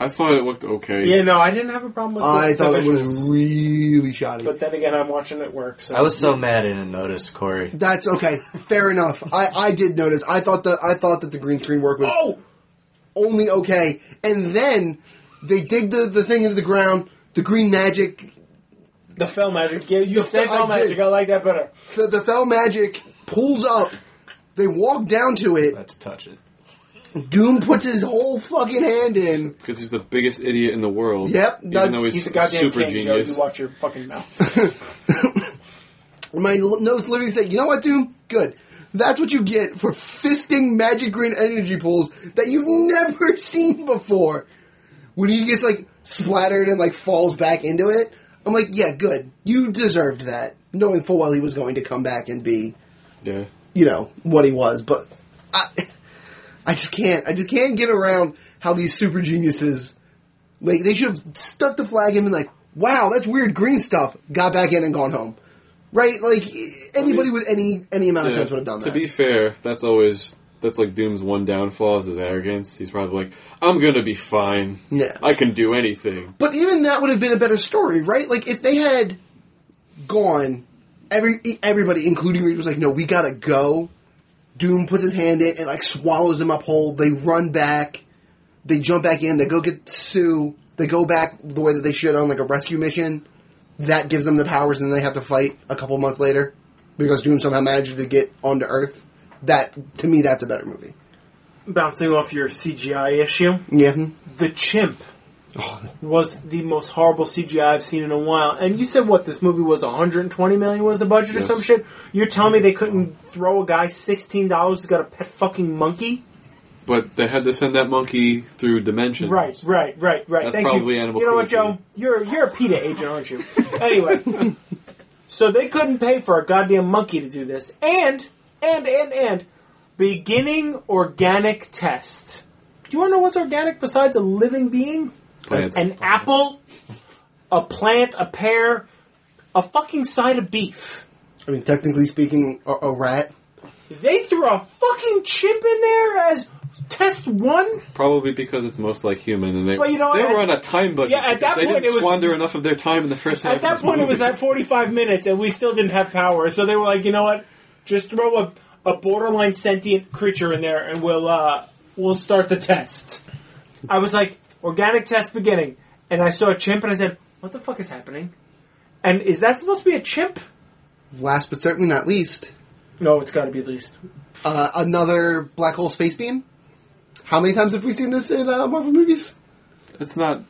[SPEAKER 1] I thought it looked okay.
[SPEAKER 2] Yeah, no, I didn't have a problem with.
[SPEAKER 3] I
[SPEAKER 2] the- the
[SPEAKER 3] thought it was
[SPEAKER 2] visuals.
[SPEAKER 3] really shoddy.
[SPEAKER 2] But then again, I'm watching it work. So
[SPEAKER 4] I was so mad I didn't notice, Corey.
[SPEAKER 3] That's okay. Fair enough. I, I did notice. I thought that I thought that the green screen work was
[SPEAKER 2] Oh,
[SPEAKER 3] only okay. And then they dig the, the thing into the ground. The green magic,
[SPEAKER 2] The fell magic. Yeah, you said
[SPEAKER 3] I
[SPEAKER 2] fell
[SPEAKER 3] did.
[SPEAKER 2] magic. I like that better.
[SPEAKER 3] the, the fell magic pulls up. They walk down to it.
[SPEAKER 4] Let's touch it.
[SPEAKER 3] Doom puts his whole fucking hand in.
[SPEAKER 1] Because he's the biggest idiot in the world.
[SPEAKER 3] Yep,
[SPEAKER 1] Even
[SPEAKER 3] that-
[SPEAKER 1] though he's,
[SPEAKER 2] He's a goddamn
[SPEAKER 1] super
[SPEAKER 2] king,
[SPEAKER 1] genius.
[SPEAKER 2] Joe. You watch your fucking mouth.
[SPEAKER 3] My l- notes literally say, "You know what, Doom? Good. That's what you get for fisting magic green energy pools that you've never (laughs) seen before." When he gets like splattered and like falls back into it, I'm like, "Yeah, good. You deserved that." Knowing full well he was going to come back and be
[SPEAKER 1] yeah.
[SPEAKER 3] you know what he was, but I, I just can't. I just can't get around how these super geniuses, like they should have stuck the flag in and been like, "Wow, that's weird green stuff." Got back in and gone home, right? Like anybody with any any amount of
[SPEAKER 1] Yeah.
[SPEAKER 3] sense would have done that.
[SPEAKER 1] To be fair, that's always that's like Doom's one downfall is his arrogance. He's probably like, I'm gonna be fine.
[SPEAKER 3] Yeah.
[SPEAKER 1] I can do anything.
[SPEAKER 3] but even that would have been a better story, right? Like if they had gone, every e, everybody, including Reed, was like, "No, we gotta go." Doom puts his hand in and like swallows him up whole. They run back. They jump back in. They go get Sue. They go back the way that they should on like a rescue mission. That gives them the powers, and then they have to fight a couple months later because Doom somehow managed to get onto Earth. That to me, that's a better movie.
[SPEAKER 2] (laughs) Bouncing off your CGI issue,
[SPEAKER 3] Yeah.
[SPEAKER 2] the chimp was the most horrible CGI I've seen in a while. And you said what this movie was 120 million was the budget or
[SPEAKER 1] Yes.
[SPEAKER 2] some shit. You're telling me they couldn't throw a guy 16 dollars who's got a pet fucking monkey?
[SPEAKER 1] but they had to send that monkey through dimensions.
[SPEAKER 2] Right, right, right, right.
[SPEAKER 1] That's
[SPEAKER 2] Thank
[SPEAKER 1] probably
[SPEAKER 2] you.
[SPEAKER 1] animal
[SPEAKER 2] You know what, Joe?
[SPEAKER 1] cruelty.
[SPEAKER 2] You're you're a PETA agent, aren't you? (laughs) anyway, so they couldn't pay for a goddamn monkey to do this, and and and and beginning organic test. Do you want to know what's organic besides a living being?
[SPEAKER 1] Plants.
[SPEAKER 2] An apple, a plant, a pear, a fucking side of beef.
[SPEAKER 3] I mean, technically speaking, a, a rat.
[SPEAKER 2] They threw a fucking chip in there as test one.
[SPEAKER 1] Probably because it's most like human, and they
[SPEAKER 2] But you know
[SPEAKER 1] they
[SPEAKER 2] what?
[SPEAKER 1] were on a time budget.
[SPEAKER 2] Yeah, at that
[SPEAKER 1] they
[SPEAKER 2] point,
[SPEAKER 1] didn't
[SPEAKER 2] it was-
[SPEAKER 1] squander enough of their time in the first half.
[SPEAKER 2] At that
[SPEAKER 1] of this
[SPEAKER 2] point, it
[SPEAKER 1] movie.
[SPEAKER 2] was at 45 minutes, and we still didn't have power. So they were like, you know what? Just throw a, a borderline sentient creature in there, and we'll uh, we'll start the test. I was like, organic test beginning, and I saw a chimp, and I said, what the fuck is happening? And is that supposed to be a chimp?
[SPEAKER 3] Last but certainly not least,
[SPEAKER 2] No, it's got to be at least.
[SPEAKER 3] uh, another black hole space beam. How many times have we seen this in uh, Marvel movies?
[SPEAKER 1] It's not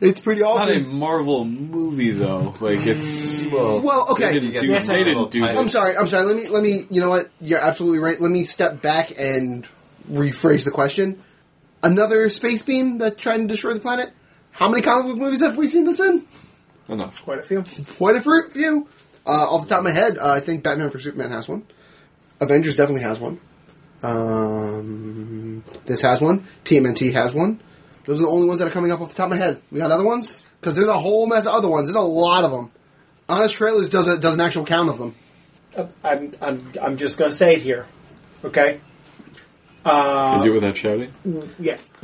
[SPEAKER 3] It's pretty
[SPEAKER 1] not a
[SPEAKER 3] often.
[SPEAKER 1] Marvel movie though. Like it's
[SPEAKER 3] Well,
[SPEAKER 1] they
[SPEAKER 3] okay.
[SPEAKER 1] didn't do
[SPEAKER 2] Yes, I-
[SPEAKER 1] they didn't do
[SPEAKER 5] I'm
[SPEAKER 3] I'm
[SPEAKER 1] this.
[SPEAKER 3] sorry. I'm sorry. Let me. Let me. You know what? You're absolutely right. Let me step back and rephrase the question. Another space beam that tried to destroy the planet. How many comic book movies have we seen this in?
[SPEAKER 1] enough.
[SPEAKER 2] Quite a few.
[SPEAKER 3] Quite a fr- few. Uh, off the top of my head, uh, I think Batman for Superman has one. Avengers definitely has one. Um, this has one. TMNT has one. Those are the only ones that are coming up off the top of my head. We got other ones because there's a whole mess of other ones. There's a lot of them. Honest Trailers does a, does an actual count of them.
[SPEAKER 2] I'm, I'm, I'm just going to say it here. Okay?
[SPEAKER 1] Can you do it without shouting?
[SPEAKER 2] Yes. (coughs)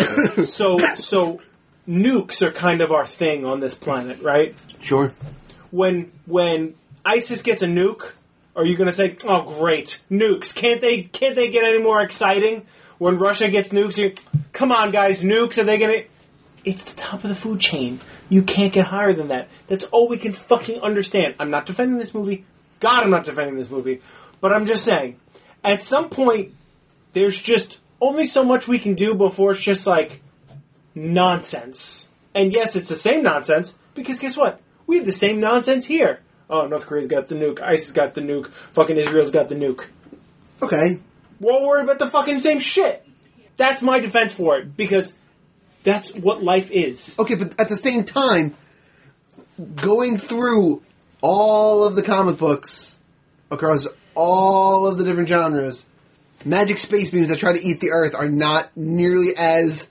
[SPEAKER 2] so, so nukes are kind of our thing on this planet, right?
[SPEAKER 3] Sure.
[SPEAKER 2] when when ISIS gets a nuke, are you going to say, "Oh, great nukes"? Can't they can't they get any more exciting? When Russia gets nukes, you come on, guys, nukes. Are they going to? It's the top of the food chain. You can't get higher than that. That's all we can fucking understand. I'm not defending this movie. God, I'm not defending this movie. But I'm just saying, at some point, there's just only so much we can do before it's just like nonsense. And yes, it's the same nonsense because guess what? We have the same nonsense here. Oh, North Korea's got the nuke. ISIS got the nuke. Fucking Israel's got the nuke.
[SPEAKER 3] Okay.
[SPEAKER 2] We're all worried about the fucking same shit. That's my defense for it because that's what life is.
[SPEAKER 3] Okay, but at the same time, going through all of the comic books across all of the different genres, magic space beams that try to eat the Earth are not nearly as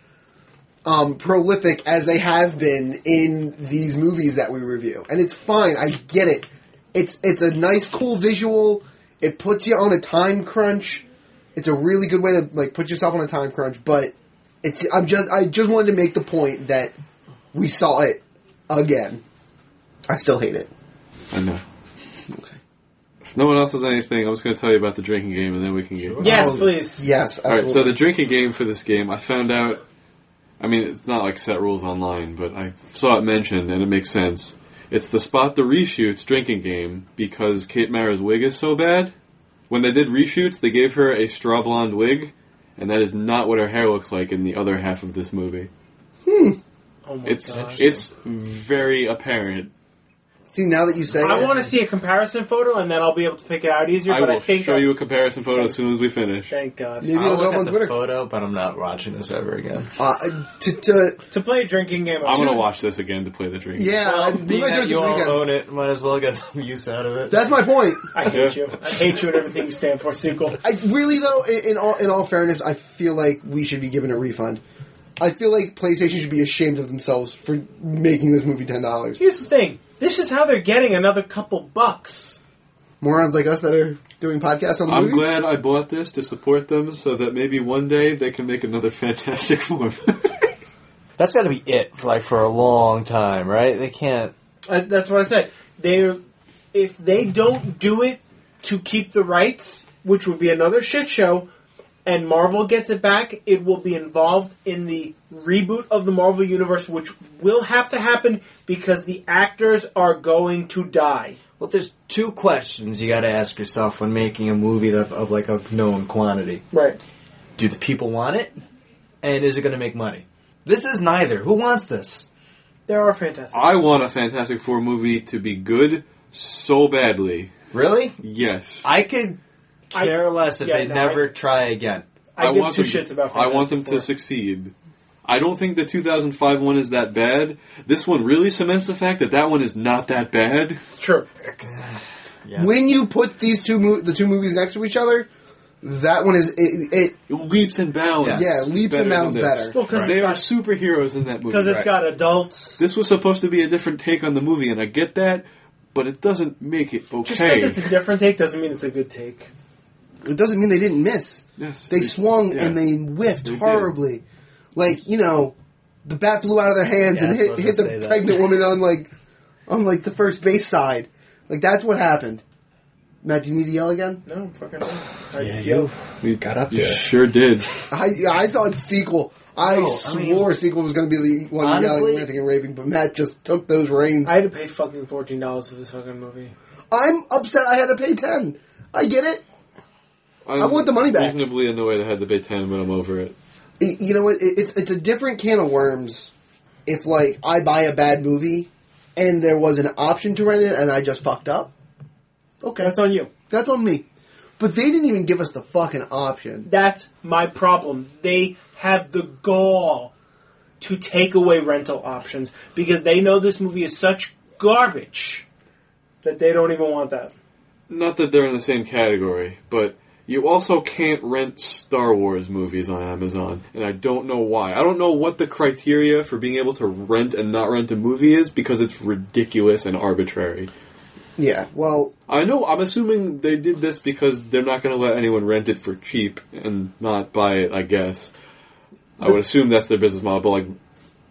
[SPEAKER 3] um, prolific as they have been in these movies that we review. And it's fine. I get it. It's it's a nice, cool visual. It puts you on a time crunch. It's a really good way to like put yourself on a time crunch. But it's I'm just I just wanted to make the point that we saw it again. I still hate it.
[SPEAKER 1] I know. If no one else has anything, I was going to tell you about the drinking game, and then we can get.
[SPEAKER 2] Yes, please.
[SPEAKER 3] Yes.
[SPEAKER 1] All right. So
[SPEAKER 3] absolutely.
[SPEAKER 1] the drinking game for this game, I found out. I mean, it's not like set rules online, but I saw it mentioned, and it makes sense. It's the spot the reshoots drinking game because Kate Mara's wig is so bad. When they did reshoots, they gave her a straw blonde wig, and that is not what her hair looks like in the other half of this movie.
[SPEAKER 2] Oh my
[SPEAKER 1] It's
[SPEAKER 2] gosh.
[SPEAKER 1] it's very apparent.
[SPEAKER 3] see now that you say
[SPEAKER 2] I
[SPEAKER 3] it,
[SPEAKER 2] want to see a comparison photo and then I'll be able to pick it out easier.
[SPEAKER 1] I
[SPEAKER 2] but
[SPEAKER 1] will
[SPEAKER 2] I think
[SPEAKER 1] show you a comparison photo as soon as we finish.
[SPEAKER 2] Thank God.
[SPEAKER 3] maybe
[SPEAKER 5] I'll
[SPEAKER 3] it'll go
[SPEAKER 5] look
[SPEAKER 3] up on
[SPEAKER 5] at the
[SPEAKER 3] Twitter.
[SPEAKER 5] photo, but I'm not watching this ever again.
[SPEAKER 3] Uh, to, to
[SPEAKER 2] To play a drinking game,
[SPEAKER 1] I'm gonna watch this again to play the drinking. game.
[SPEAKER 3] yeah, I- we
[SPEAKER 5] Being
[SPEAKER 3] might do it
[SPEAKER 5] that
[SPEAKER 3] this
[SPEAKER 5] you all
[SPEAKER 3] weekend.
[SPEAKER 5] own it, might as well get some use out of it.
[SPEAKER 3] That's my point.
[SPEAKER 2] I hate you. I hate you and everything you stand for, sequel.
[SPEAKER 3] I really though, in, in all in all fairness, I feel like we should be given a refund. I feel like PlayStation should be ashamed of themselves for making this movie ten dollars.
[SPEAKER 2] Here's the thing. This is how they're getting another couple bucks.
[SPEAKER 3] Morons like us that are doing podcasts on the
[SPEAKER 1] I'm
[SPEAKER 3] movies.
[SPEAKER 1] glad I bought this to support them so that maybe one day they can make another (laughs) Fantastic Four.
[SPEAKER 4] That's got to be it, for, like for a long time, right? They can't.
[SPEAKER 2] Uh, that's what I said. They're if they don't do it to keep the rights, which would be another shit show, and Marvel gets it back, it will be involved in the reboot of the Marvel universe, which will have to happen because the actors are going to die.
[SPEAKER 4] Well, there's two questions you got to ask yourself when making a movie of, of like a known quantity.
[SPEAKER 2] Right.
[SPEAKER 4] Do the people want it, and is it going to make money? This is neither. Who wants this?
[SPEAKER 2] There are fantastic.
[SPEAKER 1] I want a Fantastic Four movie to be good so badly.
[SPEAKER 4] Really?
[SPEAKER 1] Yes.
[SPEAKER 4] I could
[SPEAKER 2] I-
[SPEAKER 4] care less if
[SPEAKER 2] yeah,
[SPEAKER 4] they
[SPEAKER 2] no,
[SPEAKER 4] never try again.
[SPEAKER 2] I, give
[SPEAKER 1] want
[SPEAKER 2] two
[SPEAKER 1] them,
[SPEAKER 2] shits about.
[SPEAKER 1] I
[SPEAKER 2] Final
[SPEAKER 1] want them
[SPEAKER 2] Fantasy
[SPEAKER 1] to
[SPEAKER 2] IV.
[SPEAKER 1] succeed. I don't think the 2005 one is that bad. This one really cements the fact that that one is not that bad.
[SPEAKER 2] True.
[SPEAKER 5] Yeah.
[SPEAKER 3] When you put these two mo- the two movies next to each other, that one is it. it
[SPEAKER 1] It leaps and bounds.
[SPEAKER 4] Yeah,
[SPEAKER 3] yeah, leaps
[SPEAKER 1] Better
[SPEAKER 3] and
[SPEAKER 1] than
[SPEAKER 3] bounds
[SPEAKER 1] this.
[SPEAKER 3] better.
[SPEAKER 2] Well, because
[SPEAKER 1] They are superheroes in that movie.
[SPEAKER 2] because it's
[SPEAKER 1] Right.
[SPEAKER 2] got adults.
[SPEAKER 1] This was supposed to be a different take on the movie, and I get that, but it doesn't make it
[SPEAKER 2] Just because
[SPEAKER 1] okay.
[SPEAKER 2] it's a different take doesn't mean it's a good take.
[SPEAKER 3] It doesn't mean they didn't miss.
[SPEAKER 1] yes,
[SPEAKER 3] They swung
[SPEAKER 1] yeah.
[SPEAKER 3] and they whiffed
[SPEAKER 1] They did.
[SPEAKER 3] horribly. Like you know, the bat flew out of their hands
[SPEAKER 4] Yeah,
[SPEAKER 3] and
[SPEAKER 4] I
[SPEAKER 3] hit
[SPEAKER 4] was
[SPEAKER 3] hit
[SPEAKER 4] gonna say
[SPEAKER 3] the
[SPEAKER 4] that.
[SPEAKER 3] pregnant woman on like on like the first base side. Like that's what happened. Matt, do you need to yell again?
[SPEAKER 2] No, I'm fucking. wrong. I,
[SPEAKER 4] Yeah,
[SPEAKER 2] yo,
[SPEAKER 4] you
[SPEAKER 1] We
[SPEAKER 4] got up
[SPEAKER 1] You
[SPEAKER 4] there.
[SPEAKER 1] sure did.
[SPEAKER 3] I I thought sequel. I
[SPEAKER 5] No, I
[SPEAKER 3] swore sequel was going to be the one
[SPEAKER 4] Honestly-
[SPEAKER 3] yelling, ranting, and raving, but Matt just took those reins.
[SPEAKER 2] I had to pay fucking fourteen dollars for this fucking movie.
[SPEAKER 3] I'm upset. I had to pay ten. I get it.
[SPEAKER 1] I'm
[SPEAKER 3] (laughs) I want the money back.
[SPEAKER 1] Reasonably annoyed I had to pay ten, but I'm over it.
[SPEAKER 3] Y- you know what? It- It's it's a different can of worms. If like I buy a bad movie, and there was an option to rent it, and I just fucked up. Okay,
[SPEAKER 2] That's on you.
[SPEAKER 3] that's on me. But they didn't even give us the fucking option.
[SPEAKER 2] That's my problem. They have the gall to take away rental options because they know this movie is such garbage that they don't even want that.
[SPEAKER 1] Not that they're in the same category, but you also can't rent Star Wars movies on Amazon, and I don't know why. I don't know what the criteria for being able to rent and not rent a movie is because it's ridiculous and arbitrary.
[SPEAKER 3] Yeah. Well,
[SPEAKER 1] I know. I'm assuming they did this because they're not going to let anyone rent it for cheap and not buy it. I guess. I would assume that's their business model. But like,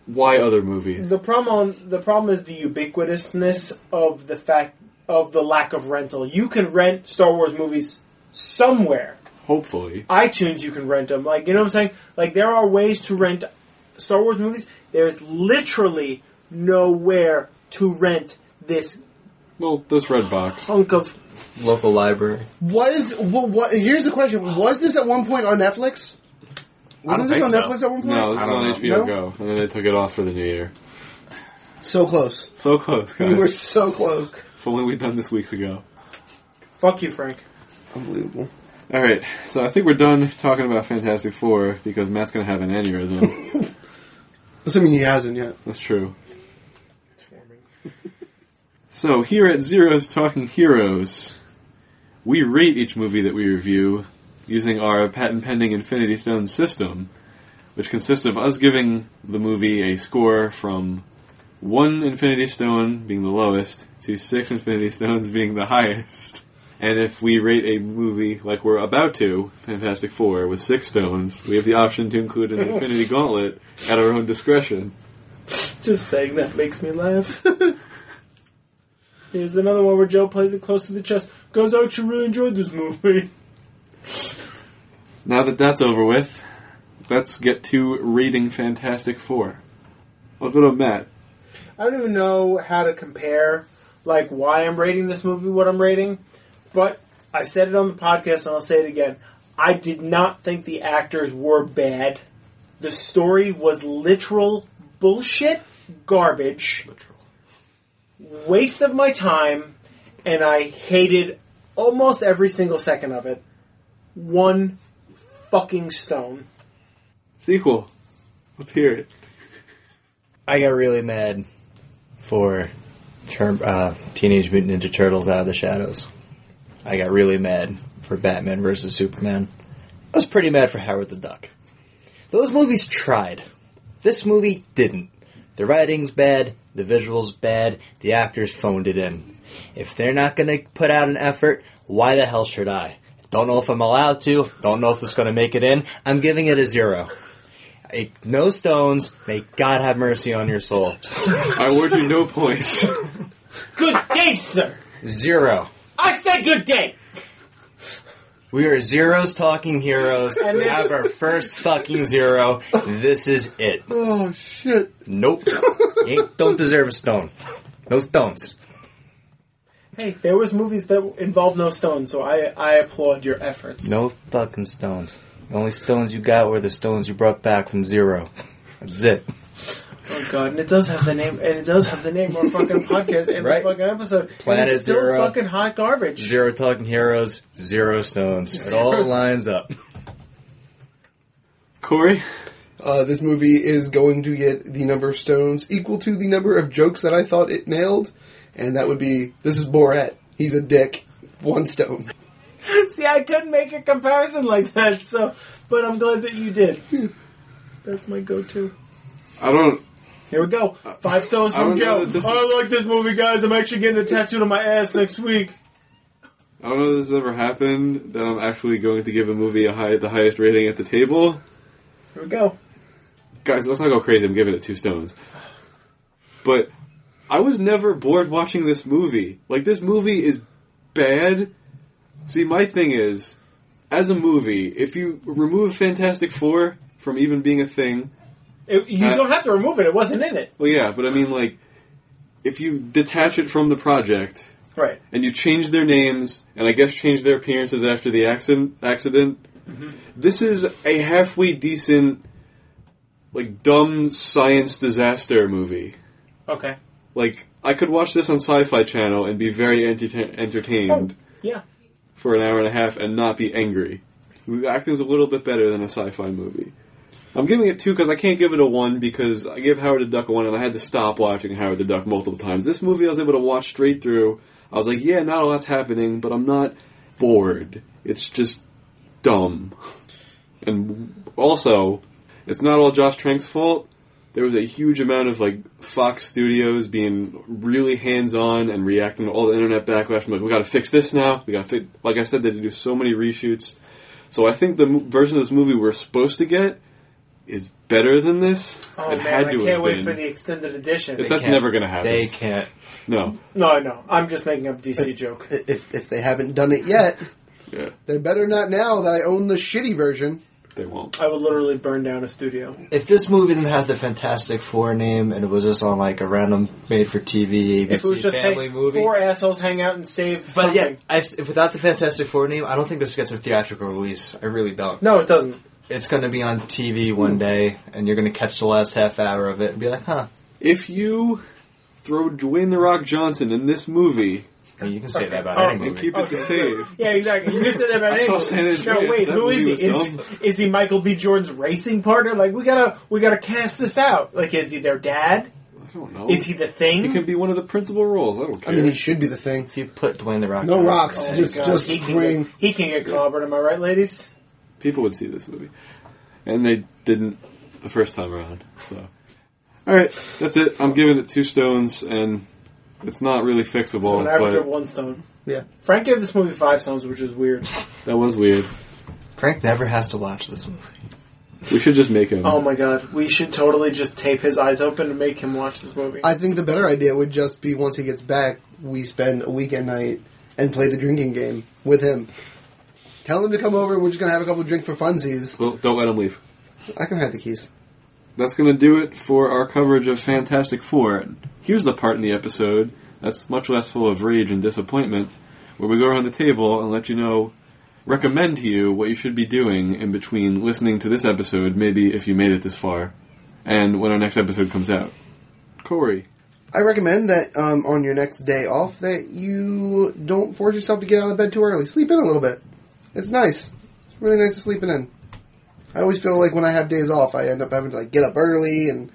[SPEAKER 1] why other movies?
[SPEAKER 2] The problem the problem is the ubiquitousness of the fact of the lack of rental. You can rent Star Wars movies somewhere.
[SPEAKER 1] Hopefully,
[SPEAKER 2] iTunes you can rent them. Like you know what I'm saying? Like there are ways to rent Star Wars movies. There's literally nowhere to rent this
[SPEAKER 1] well, there's Redbox.
[SPEAKER 2] hunk of
[SPEAKER 5] Local library.
[SPEAKER 3] was what, what? Here's the question: Was this at one point on Netflix?
[SPEAKER 5] I don't
[SPEAKER 3] Wasn't this
[SPEAKER 5] think
[SPEAKER 3] on
[SPEAKER 5] so.
[SPEAKER 3] Netflix at one point?
[SPEAKER 1] No, this
[SPEAKER 5] I
[SPEAKER 1] is
[SPEAKER 5] don't
[SPEAKER 1] on
[SPEAKER 5] know.
[SPEAKER 1] HBO
[SPEAKER 3] No?
[SPEAKER 1] Go, and then they took it off for the new year.
[SPEAKER 3] So close.
[SPEAKER 1] So close, guys.
[SPEAKER 3] We were so close.
[SPEAKER 1] If only we'd done this weeks ago.
[SPEAKER 2] Fuck you, Frank.
[SPEAKER 3] Unbelievable.
[SPEAKER 1] All right, so I think we're done talking about Fantastic Four because Matt's going to have an
[SPEAKER 3] (laughs)
[SPEAKER 1] aneurysm.
[SPEAKER 3] Assuming he hasn't yet.
[SPEAKER 1] That's true. So here at Zero's Talking Heroes, we rate each movie that we review using our patent pending Infinity Stone system, which consists of us giving the movie a score from one Infinity Stone being the lowest to six Infinity Stones being the highest. And if we rate a movie like we're about to, Fantastic Four, with six stones, we have the option to include an Infinity Gauntlet at our own discretion.
[SPEAKER 2] Just saying that makes me laugh. (laughs) Here's another one where Joe plays it close to the chest. Goes, I actually really enjoyed this movie.
[SPEAKER 1] Now that that's over with, let's get to reading Fantastic Four. I'll go to Matt.
[SPEAKER 2] I don't even know how to compare, like, why I'm rating this movie, what I'm rating, but I said it on the podcast and I'll say it again. I did not think the actors were bad. The story was literal bullshit, garbage, waste of my time, and I hated almost every single second of it. One fucking stone.
[SPEAKER 1] Sequel. Let's hear it.
[SPEAKER 4] I got really mad for term, uh, Teenage Mutant Ninja Turtles Out of the Shadows. I got really mad for Batman vs. Superman. I was pretty mad for Howard the Duck. Those movies tried. This movie didn't. The writing's bad, the visuals bad, the actors phoned it in. If they're not gonna put out an effort, why the hell should I? Don't know if I'm allowed to, don't know if it's gonna make it in, I'm giving it a zero. It, no stones, may God have mercy on your soul.
[SPEAKER 1] I award you no points.
[SPEAKER 2] Good day, sir!
[SPEAKER 4] Zero.
[SPEAKER 2] I said good day!
[SPEAKER 4] We are zeros talking heroes.
[SPEAKER 2] And
[SPEAKER 4] We
[SPEAKER 2] this-
[SPEAKER 4] have our first fucking zero. This is it.
[SPEAKER 3] Oh shit.
[SPEAKER 2] (laughs)
[SPEAKER 4] Nope. You ain't- don't deserve a stone. No stones.
[SPEAKER 2] Hey, there was movies that involved no stones, so I I applaud your efforts.
[SPEAKER 4] No fucking stones. The only stones you got were the stones you brought back from zero. That's it.
[SPEAKER 2] Oh god, and it does have the name, and it does have the name of our
[SPEAKER 4] (laughs)
[SPEAKER 2] fucking podcast every
[SPEAKER 4] Right.
[SPEAKER 2] fucking episode. and
[SPEAKER 4] Planet
[SPEAKER 2] it's still
[SPEAKER 4] Zero.
[SPEAKER 2] fucking hot garbage.
[SPEAKER 4] Zero talking heroes, zero stones. It all lines up.
[SPEAKER 1] Corey?
[SPEAKER 3] Uh, this movie is going to get the number of stones equal to the number of jokes that I thought it nailed, and that would be this is Borat. He's a dick. One stone.
[SPEAKER 2] (laughs) See, I couldn't make a comparison like that, so but I'm glad that you did. That's my go-to.
[SPEAKER 1] I don't.
[SPEAKER 2] Here we go. Five stones
[SPEAKER 1] I
[SPEAKER 2] from
[SPEAKER 1] don't know
[SPEAKER 2] Joe.
[SPEAKER 1] that this
[SPEAKER 2] I like this movie, guys. I'm actually getting a tattoo on my ass next week.
[SPEAKER 1] I don't know if this has ever happened that I'm actually going to give a movie a high, the highest rating at the table.
[SPEAKER 2] Here we go.
[SPEAKER 1] Guys, let's not go crazy. I'm giving it two stones. But I was never bored watching this movie. Like, this movie is bad. See, my thing is, as a movie, if you remove Fantastic Four from even being a thing,
[SPEAKER 2] It, you
[SPEAKER 1] Uh,
[SPEAKER 2] don't have to remove it. It wasn't in it.
[SPEAKER 1] well, yeah, but I mean, like, if you detach it from the project,
[SPEAKER 2] Right.
[SPEAKER 1] and you change their names and I guess change their appearances after the accident. Accident. This is a halfway decent, like dumb science disaster movie.
[SPEAKER 2] Okay.
[SPEAKER 1] Like I could watch this on Sci-Fi Channel and be very entertain entertained
[SPEAKER 2] Oh, Yeah.
[SPEAKER 1] for an hour and a half and not be angry. The acting's a little bit better than a sci-fi movie. I'm giving it two because I can't give it a one because I gave Howard the Duck a one and I had to stop watching Howard the Duck multiple times. This movie I was able to watch straight through. I was like, yeah, not a lot's happening, but I'm not bored. It's just dumb. And also, it's not all Josh Trank's fault. There was a huge amount of like Fox Studios being really hands-on and reacting to all the internet backlash. i like, we got to fix this now. We got to fix. Like I said, they do so many reshoots. So I think the mo- version of this movie we're supposed to get is better than this.
[SPEAKER 2] Oh
[SPEAKER 1] it
[SPEAKER 2] man,
[SPEAKER 1] had
[SPEAKER 2] I
[SPEAKER 1] to
[SPEAKER 2] can't
[SPEAKER 1] have
[SPEAKER 2] wait
[SPEAKER 1] been.
[SPEAKER 2] for the extended edition.
[SPEAKER 1] If that's
[SPEAKER 5] can't-
[SPEAKER 1] never gonna happen.
[SPEAKER 5] They can't.
[SPEAKER 1] no.
[SPEAKER 2] No, I know. I'm just making up DC joke.
[SPEAKER 3] I- If if they haven't done it yet,
[SPEAKER 1] Yeah.
[SPEAKER 3] they better not now that I own the shitty version.
[SPEAKER 1] They won't.
[SPEAKER 2] I would literally burn down a studio.
[SPEAKER 4] If this movie didn't have the Fantastic Four name and it was just on like a random made for TV ABC
[SPEAKER 2] If it was just
[SPEAKER 4] family
[SPEAKER 2] hey,
[SPEAKER 4] movie.
[SPEAKER 2] four assholes hang out and save.
[SPEAKER 4] but yeah,
[SPEAKER 2] something.
[SPEAKER 4] I, if without the Fantastic Four name, I don't think this gets a theatrical release. I really don't.
[SPEAKER 2] No, it doesn't.
[SPEAKER 4] It's going to be on TV
[SPEAKER 3] Hmm.
[SPEAKER 4] one day, and you're going to catch the last half hour of it and be like, huh.
[SPEAKER 1] If you throw Dwayne the Rock Johnson in this movie
[SPEAKER 4] I mean, you can say that about
[SPEAKER 2] Okay.
[SPEAKER 4] any
[SPEAKER 1] and
[SPEAKER 4] movie.
[SPEAKER 1] keep it the same.
[SPEAKER 2] (laughs) Yeah, exactly. You can say that about
[SPEAKER 1] I saw
[SPEAKER 2] anyone.
[SPEAKER 1] San Andreas.
[SPEAKER 2] No, wait.
[SPEAKER 1] That
[SPEAKER 2] Who is
[SPEAKER 1] movie
[SPEAKER 2] he?
[SPEAKER 1] was
[SPEAKER 2] Is, is he Michael B. Jordan's racing partner? Like we gotta we gotta cast this out. Like is he their dad?
[SPEAKER 1] I don't know.
[SPEAKER 2] Is he the thing?
[SPEAKER 1] It could be one of the principal roles. I don't care.
[SPEAKER 3] I mean, he should be the thing.
[SPEAKER 4] if you put Dwayne the Rock,
[SPEAKER 3] No
[SPEAKER 4] Johnson-
[SPEAKER 3] rocks,
[SPEAKER 2] Oh my
[SPEAKER 3] just
[SPEAKER 2] God,
[SPEAKER 3] just
[SPEAKER 2] he can,
[SPEAKER 3] swing.
[SPEAKER 2] get, he can get clobbered. Am I right, ladies?
[SPEAKER 1] people would see this movie, and they didn't the first time around. So, all right, that's it. I'm giving it two stones, and it's not really
[SPEAKER 2] So
[SPEAKER 4] Oh,
[SPEAKER 1] fixable,
[SPEAKER 2] an average of
[SPEAKER 1] but
[SPEAKER 2] one stone.
[SPEAKER 3] Yeah.
[SPEAKER 2] Frank gave this movie five stones, which is weird.
[SPEAKER 1] that was weird.
[SPEAKER 4] Frank never has to watch this movie.
[SPEAKER 1] We should just make him.
[SPEAKER 2] Oh my god, we should totally just tape his eyes open and make him watch this movie.
[SPEAKER 3] I think the better idea would just be once he gets back, we spend a weekend night and play the drinking game with him. Tell him to come over. We're just gonna have a couple of drinks for funsies.
[SPEAKER 1] Well, don't let him leave.
[SPEAKER 3] I can have the keys.
[SPEAKER 1] That's going to do it for our coverage of Fantastic Four. Here's the part in the episode that's much less full of rage and disappointment, where we go around the table and let you know, recommend to you what you should be doing in between listening to this episode, maybe if you made it this far, and when our next episode comes out. Corey,
[SPEAKER 3] I recommend that um, on your next day off that you don't force yourself to get out of bed too early. Sleep in a little bit. It's nice. It's really nice to sleeping in. I always feel like when I have days off, I end up having to like get up early and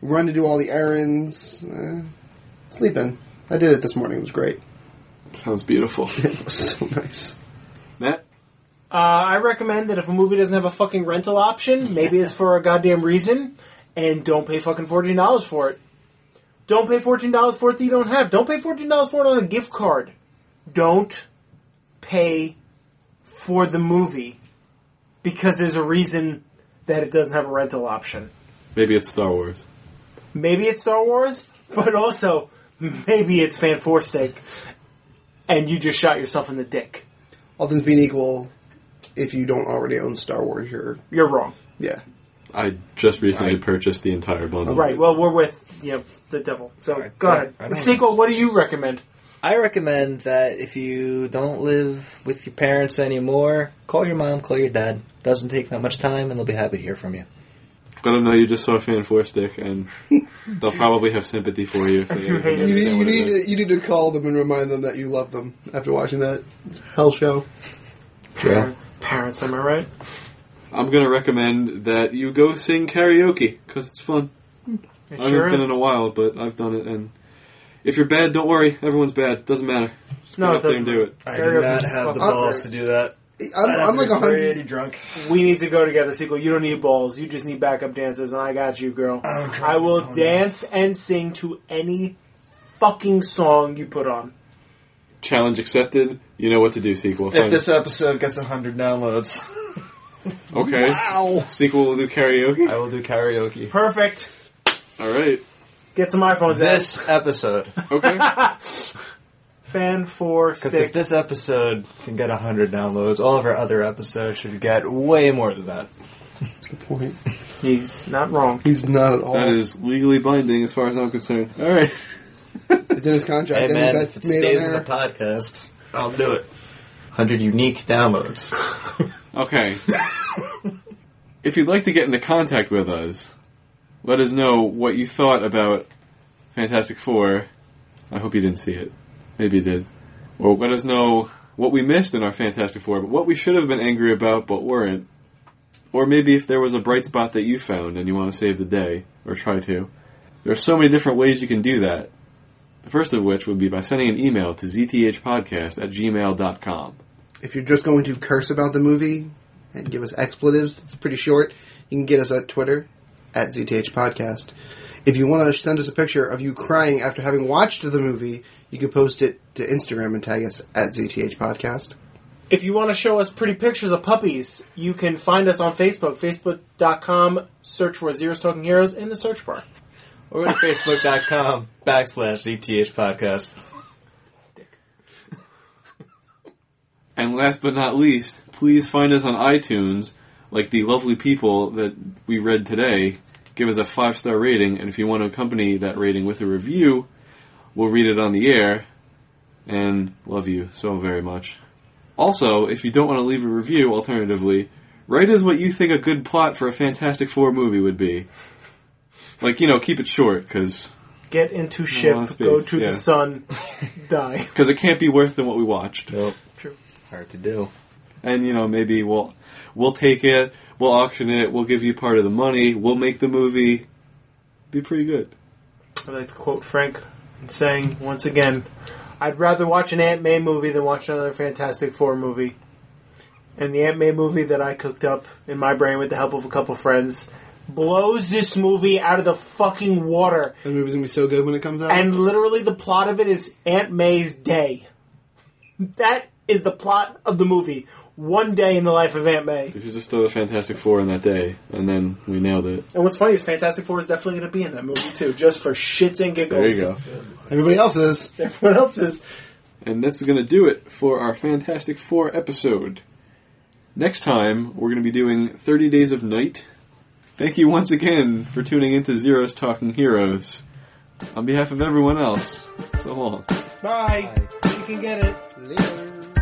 [SPEAKER 3] run to do all the errands. Eh, sleep in. I did it this morning. It was great. (laughs)
[SPEAKER 1] sounds beautiful.
[SPEAKER 3] It was so nice.
[SPEAKER 1] Matt,
[SPEAKER 2] Uh, I recommend that if a movie doesn't have a fucking rental option, maybe it's for a goddamn reason, and don't pay fucking fourteen dollars for it. Don't pay fourteen dollars for it that you don't have. Don't pay fourteen dollars for it on a gift card. Don't pay for the movie because there's a reason that it doesn't have a rental option.
[SPEAKER 1] maybe it's Star Wars.
[SPEAKER 2] Maybe it's Star Wars, but also maybe it's Fan Four Steak, and you just shot yourself in the dick.
[SPEAKER 3] All things being equal, if you don't already own Star Wars, you're
[SPEAKER 2] You're wrong.
[SPEAKER 3] yeah.
[SPEAKER 1] I just recently purchased the entire bundle.
[SPEAKER 2] Right. Well, we're with you know, the devil. So go
[SPEAKER 4] I-
[SPEAKER 2] ahead.
[SPEAKER 4] I don't-
[SPEAKER 2] Sequel. What do you recommend?
[SPEAKER 4] I recommend that if you don't live with your parents anymore, call your mom, call your dad. Doesn't take that much time, and they'll be happy to hear from you.
[SPEAKER 1] Let them know you just saw Fan Four Stick, and they'll probably have sympathy for you if they ever
[SPEAKER 2] You
[SPEAKER 3] You,
[SPEAKER 1] understand
[SPEAKER 3] need- you
[SPEAKER 1] what it
[SPEAKER 3] need
[SPEAKER 1] is.
[SPEAKER 3] to, you need to call them and remind them that you love them after watching that hell show.
[SPEAKER 4] True.
[SPEAKER 2] Parents. Am I right?
[SPEAKER 1] I'm gonna recommend that you go sing karaoke because it's fun.
[SPEAKER 2] It
[SPEAKER 1] I
[SPEAKER 2] sure
[SPEAKER 1] haven't been
[SPEAKER 2] is.
[SPEAKER 1] in a while, but I've done it. And if you're bad, don't worry. Everyone's bad. Doesn't matter. Just
[SPEAKER 2] No,
[SPEAKER 1] go
[SPEAKER 2] it
[SPEAKER 1] up there and
[SPEAKER 2] doesn't.
[SPEAKER 1] do it.
[SPEAKER 4] I
[SPEAKER 2] Karaoke
[SPEAKER 4] do not
[SPEAKER 2] is
[SPEAKER 4] have
[SPEAKER 2] fucking
[SPEAKER 4] the balls
[SPEAKER 3] great.
[SPEAKER 4] to do that. I'd
[SPEAKER 3] I'm,
[SPEAKER 4] have
[SPEAKER 3] I'm
[SPEAKER 4] to
[SPEAKER 3] like
[SPEAKER 4] be
[SPEAKER 3] a
[SPEAKER 4] pretty
[SPEAKER 3] hundred.
[SPEAKER 4] drunk.
[SPEAKER 2] We need to go together, sequel. You don't need balls. You just need backup dancers, and I got you, girl.
[SPEAKER 1] Oh,
[SPEAKER 4] I'm trying
[SPEAKER 2] I
[SPEAKER 4] to
[SPEAKER 2] will
[SPEAKER 4] tone down.
[SPEAKER 2] dance and sing to any fucking song you put on.
[SPEAKER 1] Challenge accepted. You know what to do. Sequel.
[SPEAKER 4] If
[SPEAKER 1] Fine.
[SPEAKER 4] this episode gets 100 downloads,
[SPEAKER 1] okay.
[SPEAKER 3] (laughs) Ow!
[SPEAKER 1] Sequel will do karaoke.
[SPEAKER 5] I will do karaoke.
[SPEAKER 2] Perfect.
[SPEAKER 1] All right.
[SPEAKER 2] Get some iPhones out.
[SPEAKER 5] This (laughs) episode.
[SPEAKER 1] Okay.
[SPEAKER 4] (laughs)
[SPEAKER 2] Fan four
[SPEAKER 5] Because if
[SPEAKER 2] stick.
[SPEAKER 5] this episode can get 100 downloads, all of our other episodes should get way more than that.
[SPEAKER 3] Good point.
[SPEAKER 2] He's not wrong.
[SPEAKER 3] He's not at all.
[SPEAKER 1] that is legally binding as far as I'm concerned. All right.
[SPEAKER 3] It's in his contract.
[SPEAKER 5] Hey
[SPEAKER 3] and
[SPEAKER 5] man, if
[SPEAKER 3] that's
[SPEAKER 5] it
[SPEAKER 3] made
[SPEAKER 5] stays
[SPEAKER 3] on
[SPEAKER 5] in the
[SPEAKER 3] air.
[SPEAKER 5] podcast, I'll do it. 100 unique downloads.
[SPEAKER 1] Okay. (laughs) if you'd like to get into contact with us, let us know what you thought about Fantastic Four. I hope you didn't see it. Maybe you did. Or let us know what we missed in our Fantastic Four, but what we should have been angry about but weren't. Or maybe if there was a bright spot that you found and you want to save the day, or try to. There are so many different ways you can do that. The first of which would be by sending an email to zthpodcast at gmail.com.
[SPEAKER 3] If you're just going to curse about the movie and give us expletives, it's pretty short. You can get us at Twitter at ZTH Podcast. If you want to send us a picture of you crying after having watched the movie, you can post it to Instagram and tag us at ZTH Podcast.
[SPEAKER 2] If you want to show us pretty pictures of puppies, you can find us on Facebook. Facebook.com. Search for Zeros Talking Heroes in the search bar.
[SPEAKER 5] Or go to facebook.com backslash ZTH podcast.
[SPEAKER 1] And last but not least, please find us on iTunes, like the lovely people that we read today. Give us a five star rating, and if you want to accompany that rating with a review, we'll read it on the air. And love you so very much. Also, if you don't want to leave a review, alternatively, write us what you think a good plot for a Fantastic Four movie would be. Like, you know, keep it short, because
[SPEAKER 2] Get into ship.
[SPEAKER 1] lot of
[SPEAKER 2] Go
[SPEAKER 1] space,
[SPEAKER 2] to
[SPEAKER 1] yeah.
[SPEAKER 2] the sun. die.
[SPEAKER 1] it can't be worse than what we watched.
[SPEAKER 5] Nope.
[SPEAKER 2] True.
[SPEAKER 5] Hard to do.
[SPEAKER 1] and you know maybe we'll we'll take it, we'll auction it, we'll give you part of the money, we'll make the movie. Be pretty good.
[SPEAKER 2] I'd like to quote Frank in saying once again, I'd rather watch an Aunt May movie than watch another Fantastic Four movie. And the Aunt May movie that I cooked up in my brain with the help of a couple friends blows this movie out of the fucking water.
[SPEAKER 3] The movie's gonna be so good when it comes out.
[SPEAKER 2] And literally, the plot of it is Aunt May's day. That is the plot of the movie. One day in the life of Aunt May.
[SPEAKER 1] If you just throw the Fantastic Four in that day, and then we nailed it.
[SPEAKER 2] And what's funny is Fantastic Four is definitely going to be in that movie too, just for shits and giggles.
[SPEAKER 1] There you go.
[SPEAKER 3] Everybody else's.
[SPEAKER 2] (laughs) Everyone else is.
[SPEAKER 1] And that's going to do it for our Fantastic Four episode. Next time, we're going to be doing 30 Days of Night. Thank you once again for tuning into Zero's Talking Heroes. On behalf of everyone else, so long.
[SPEAKER 2] Bye. You can get it.
[SPEAKER 3] Later.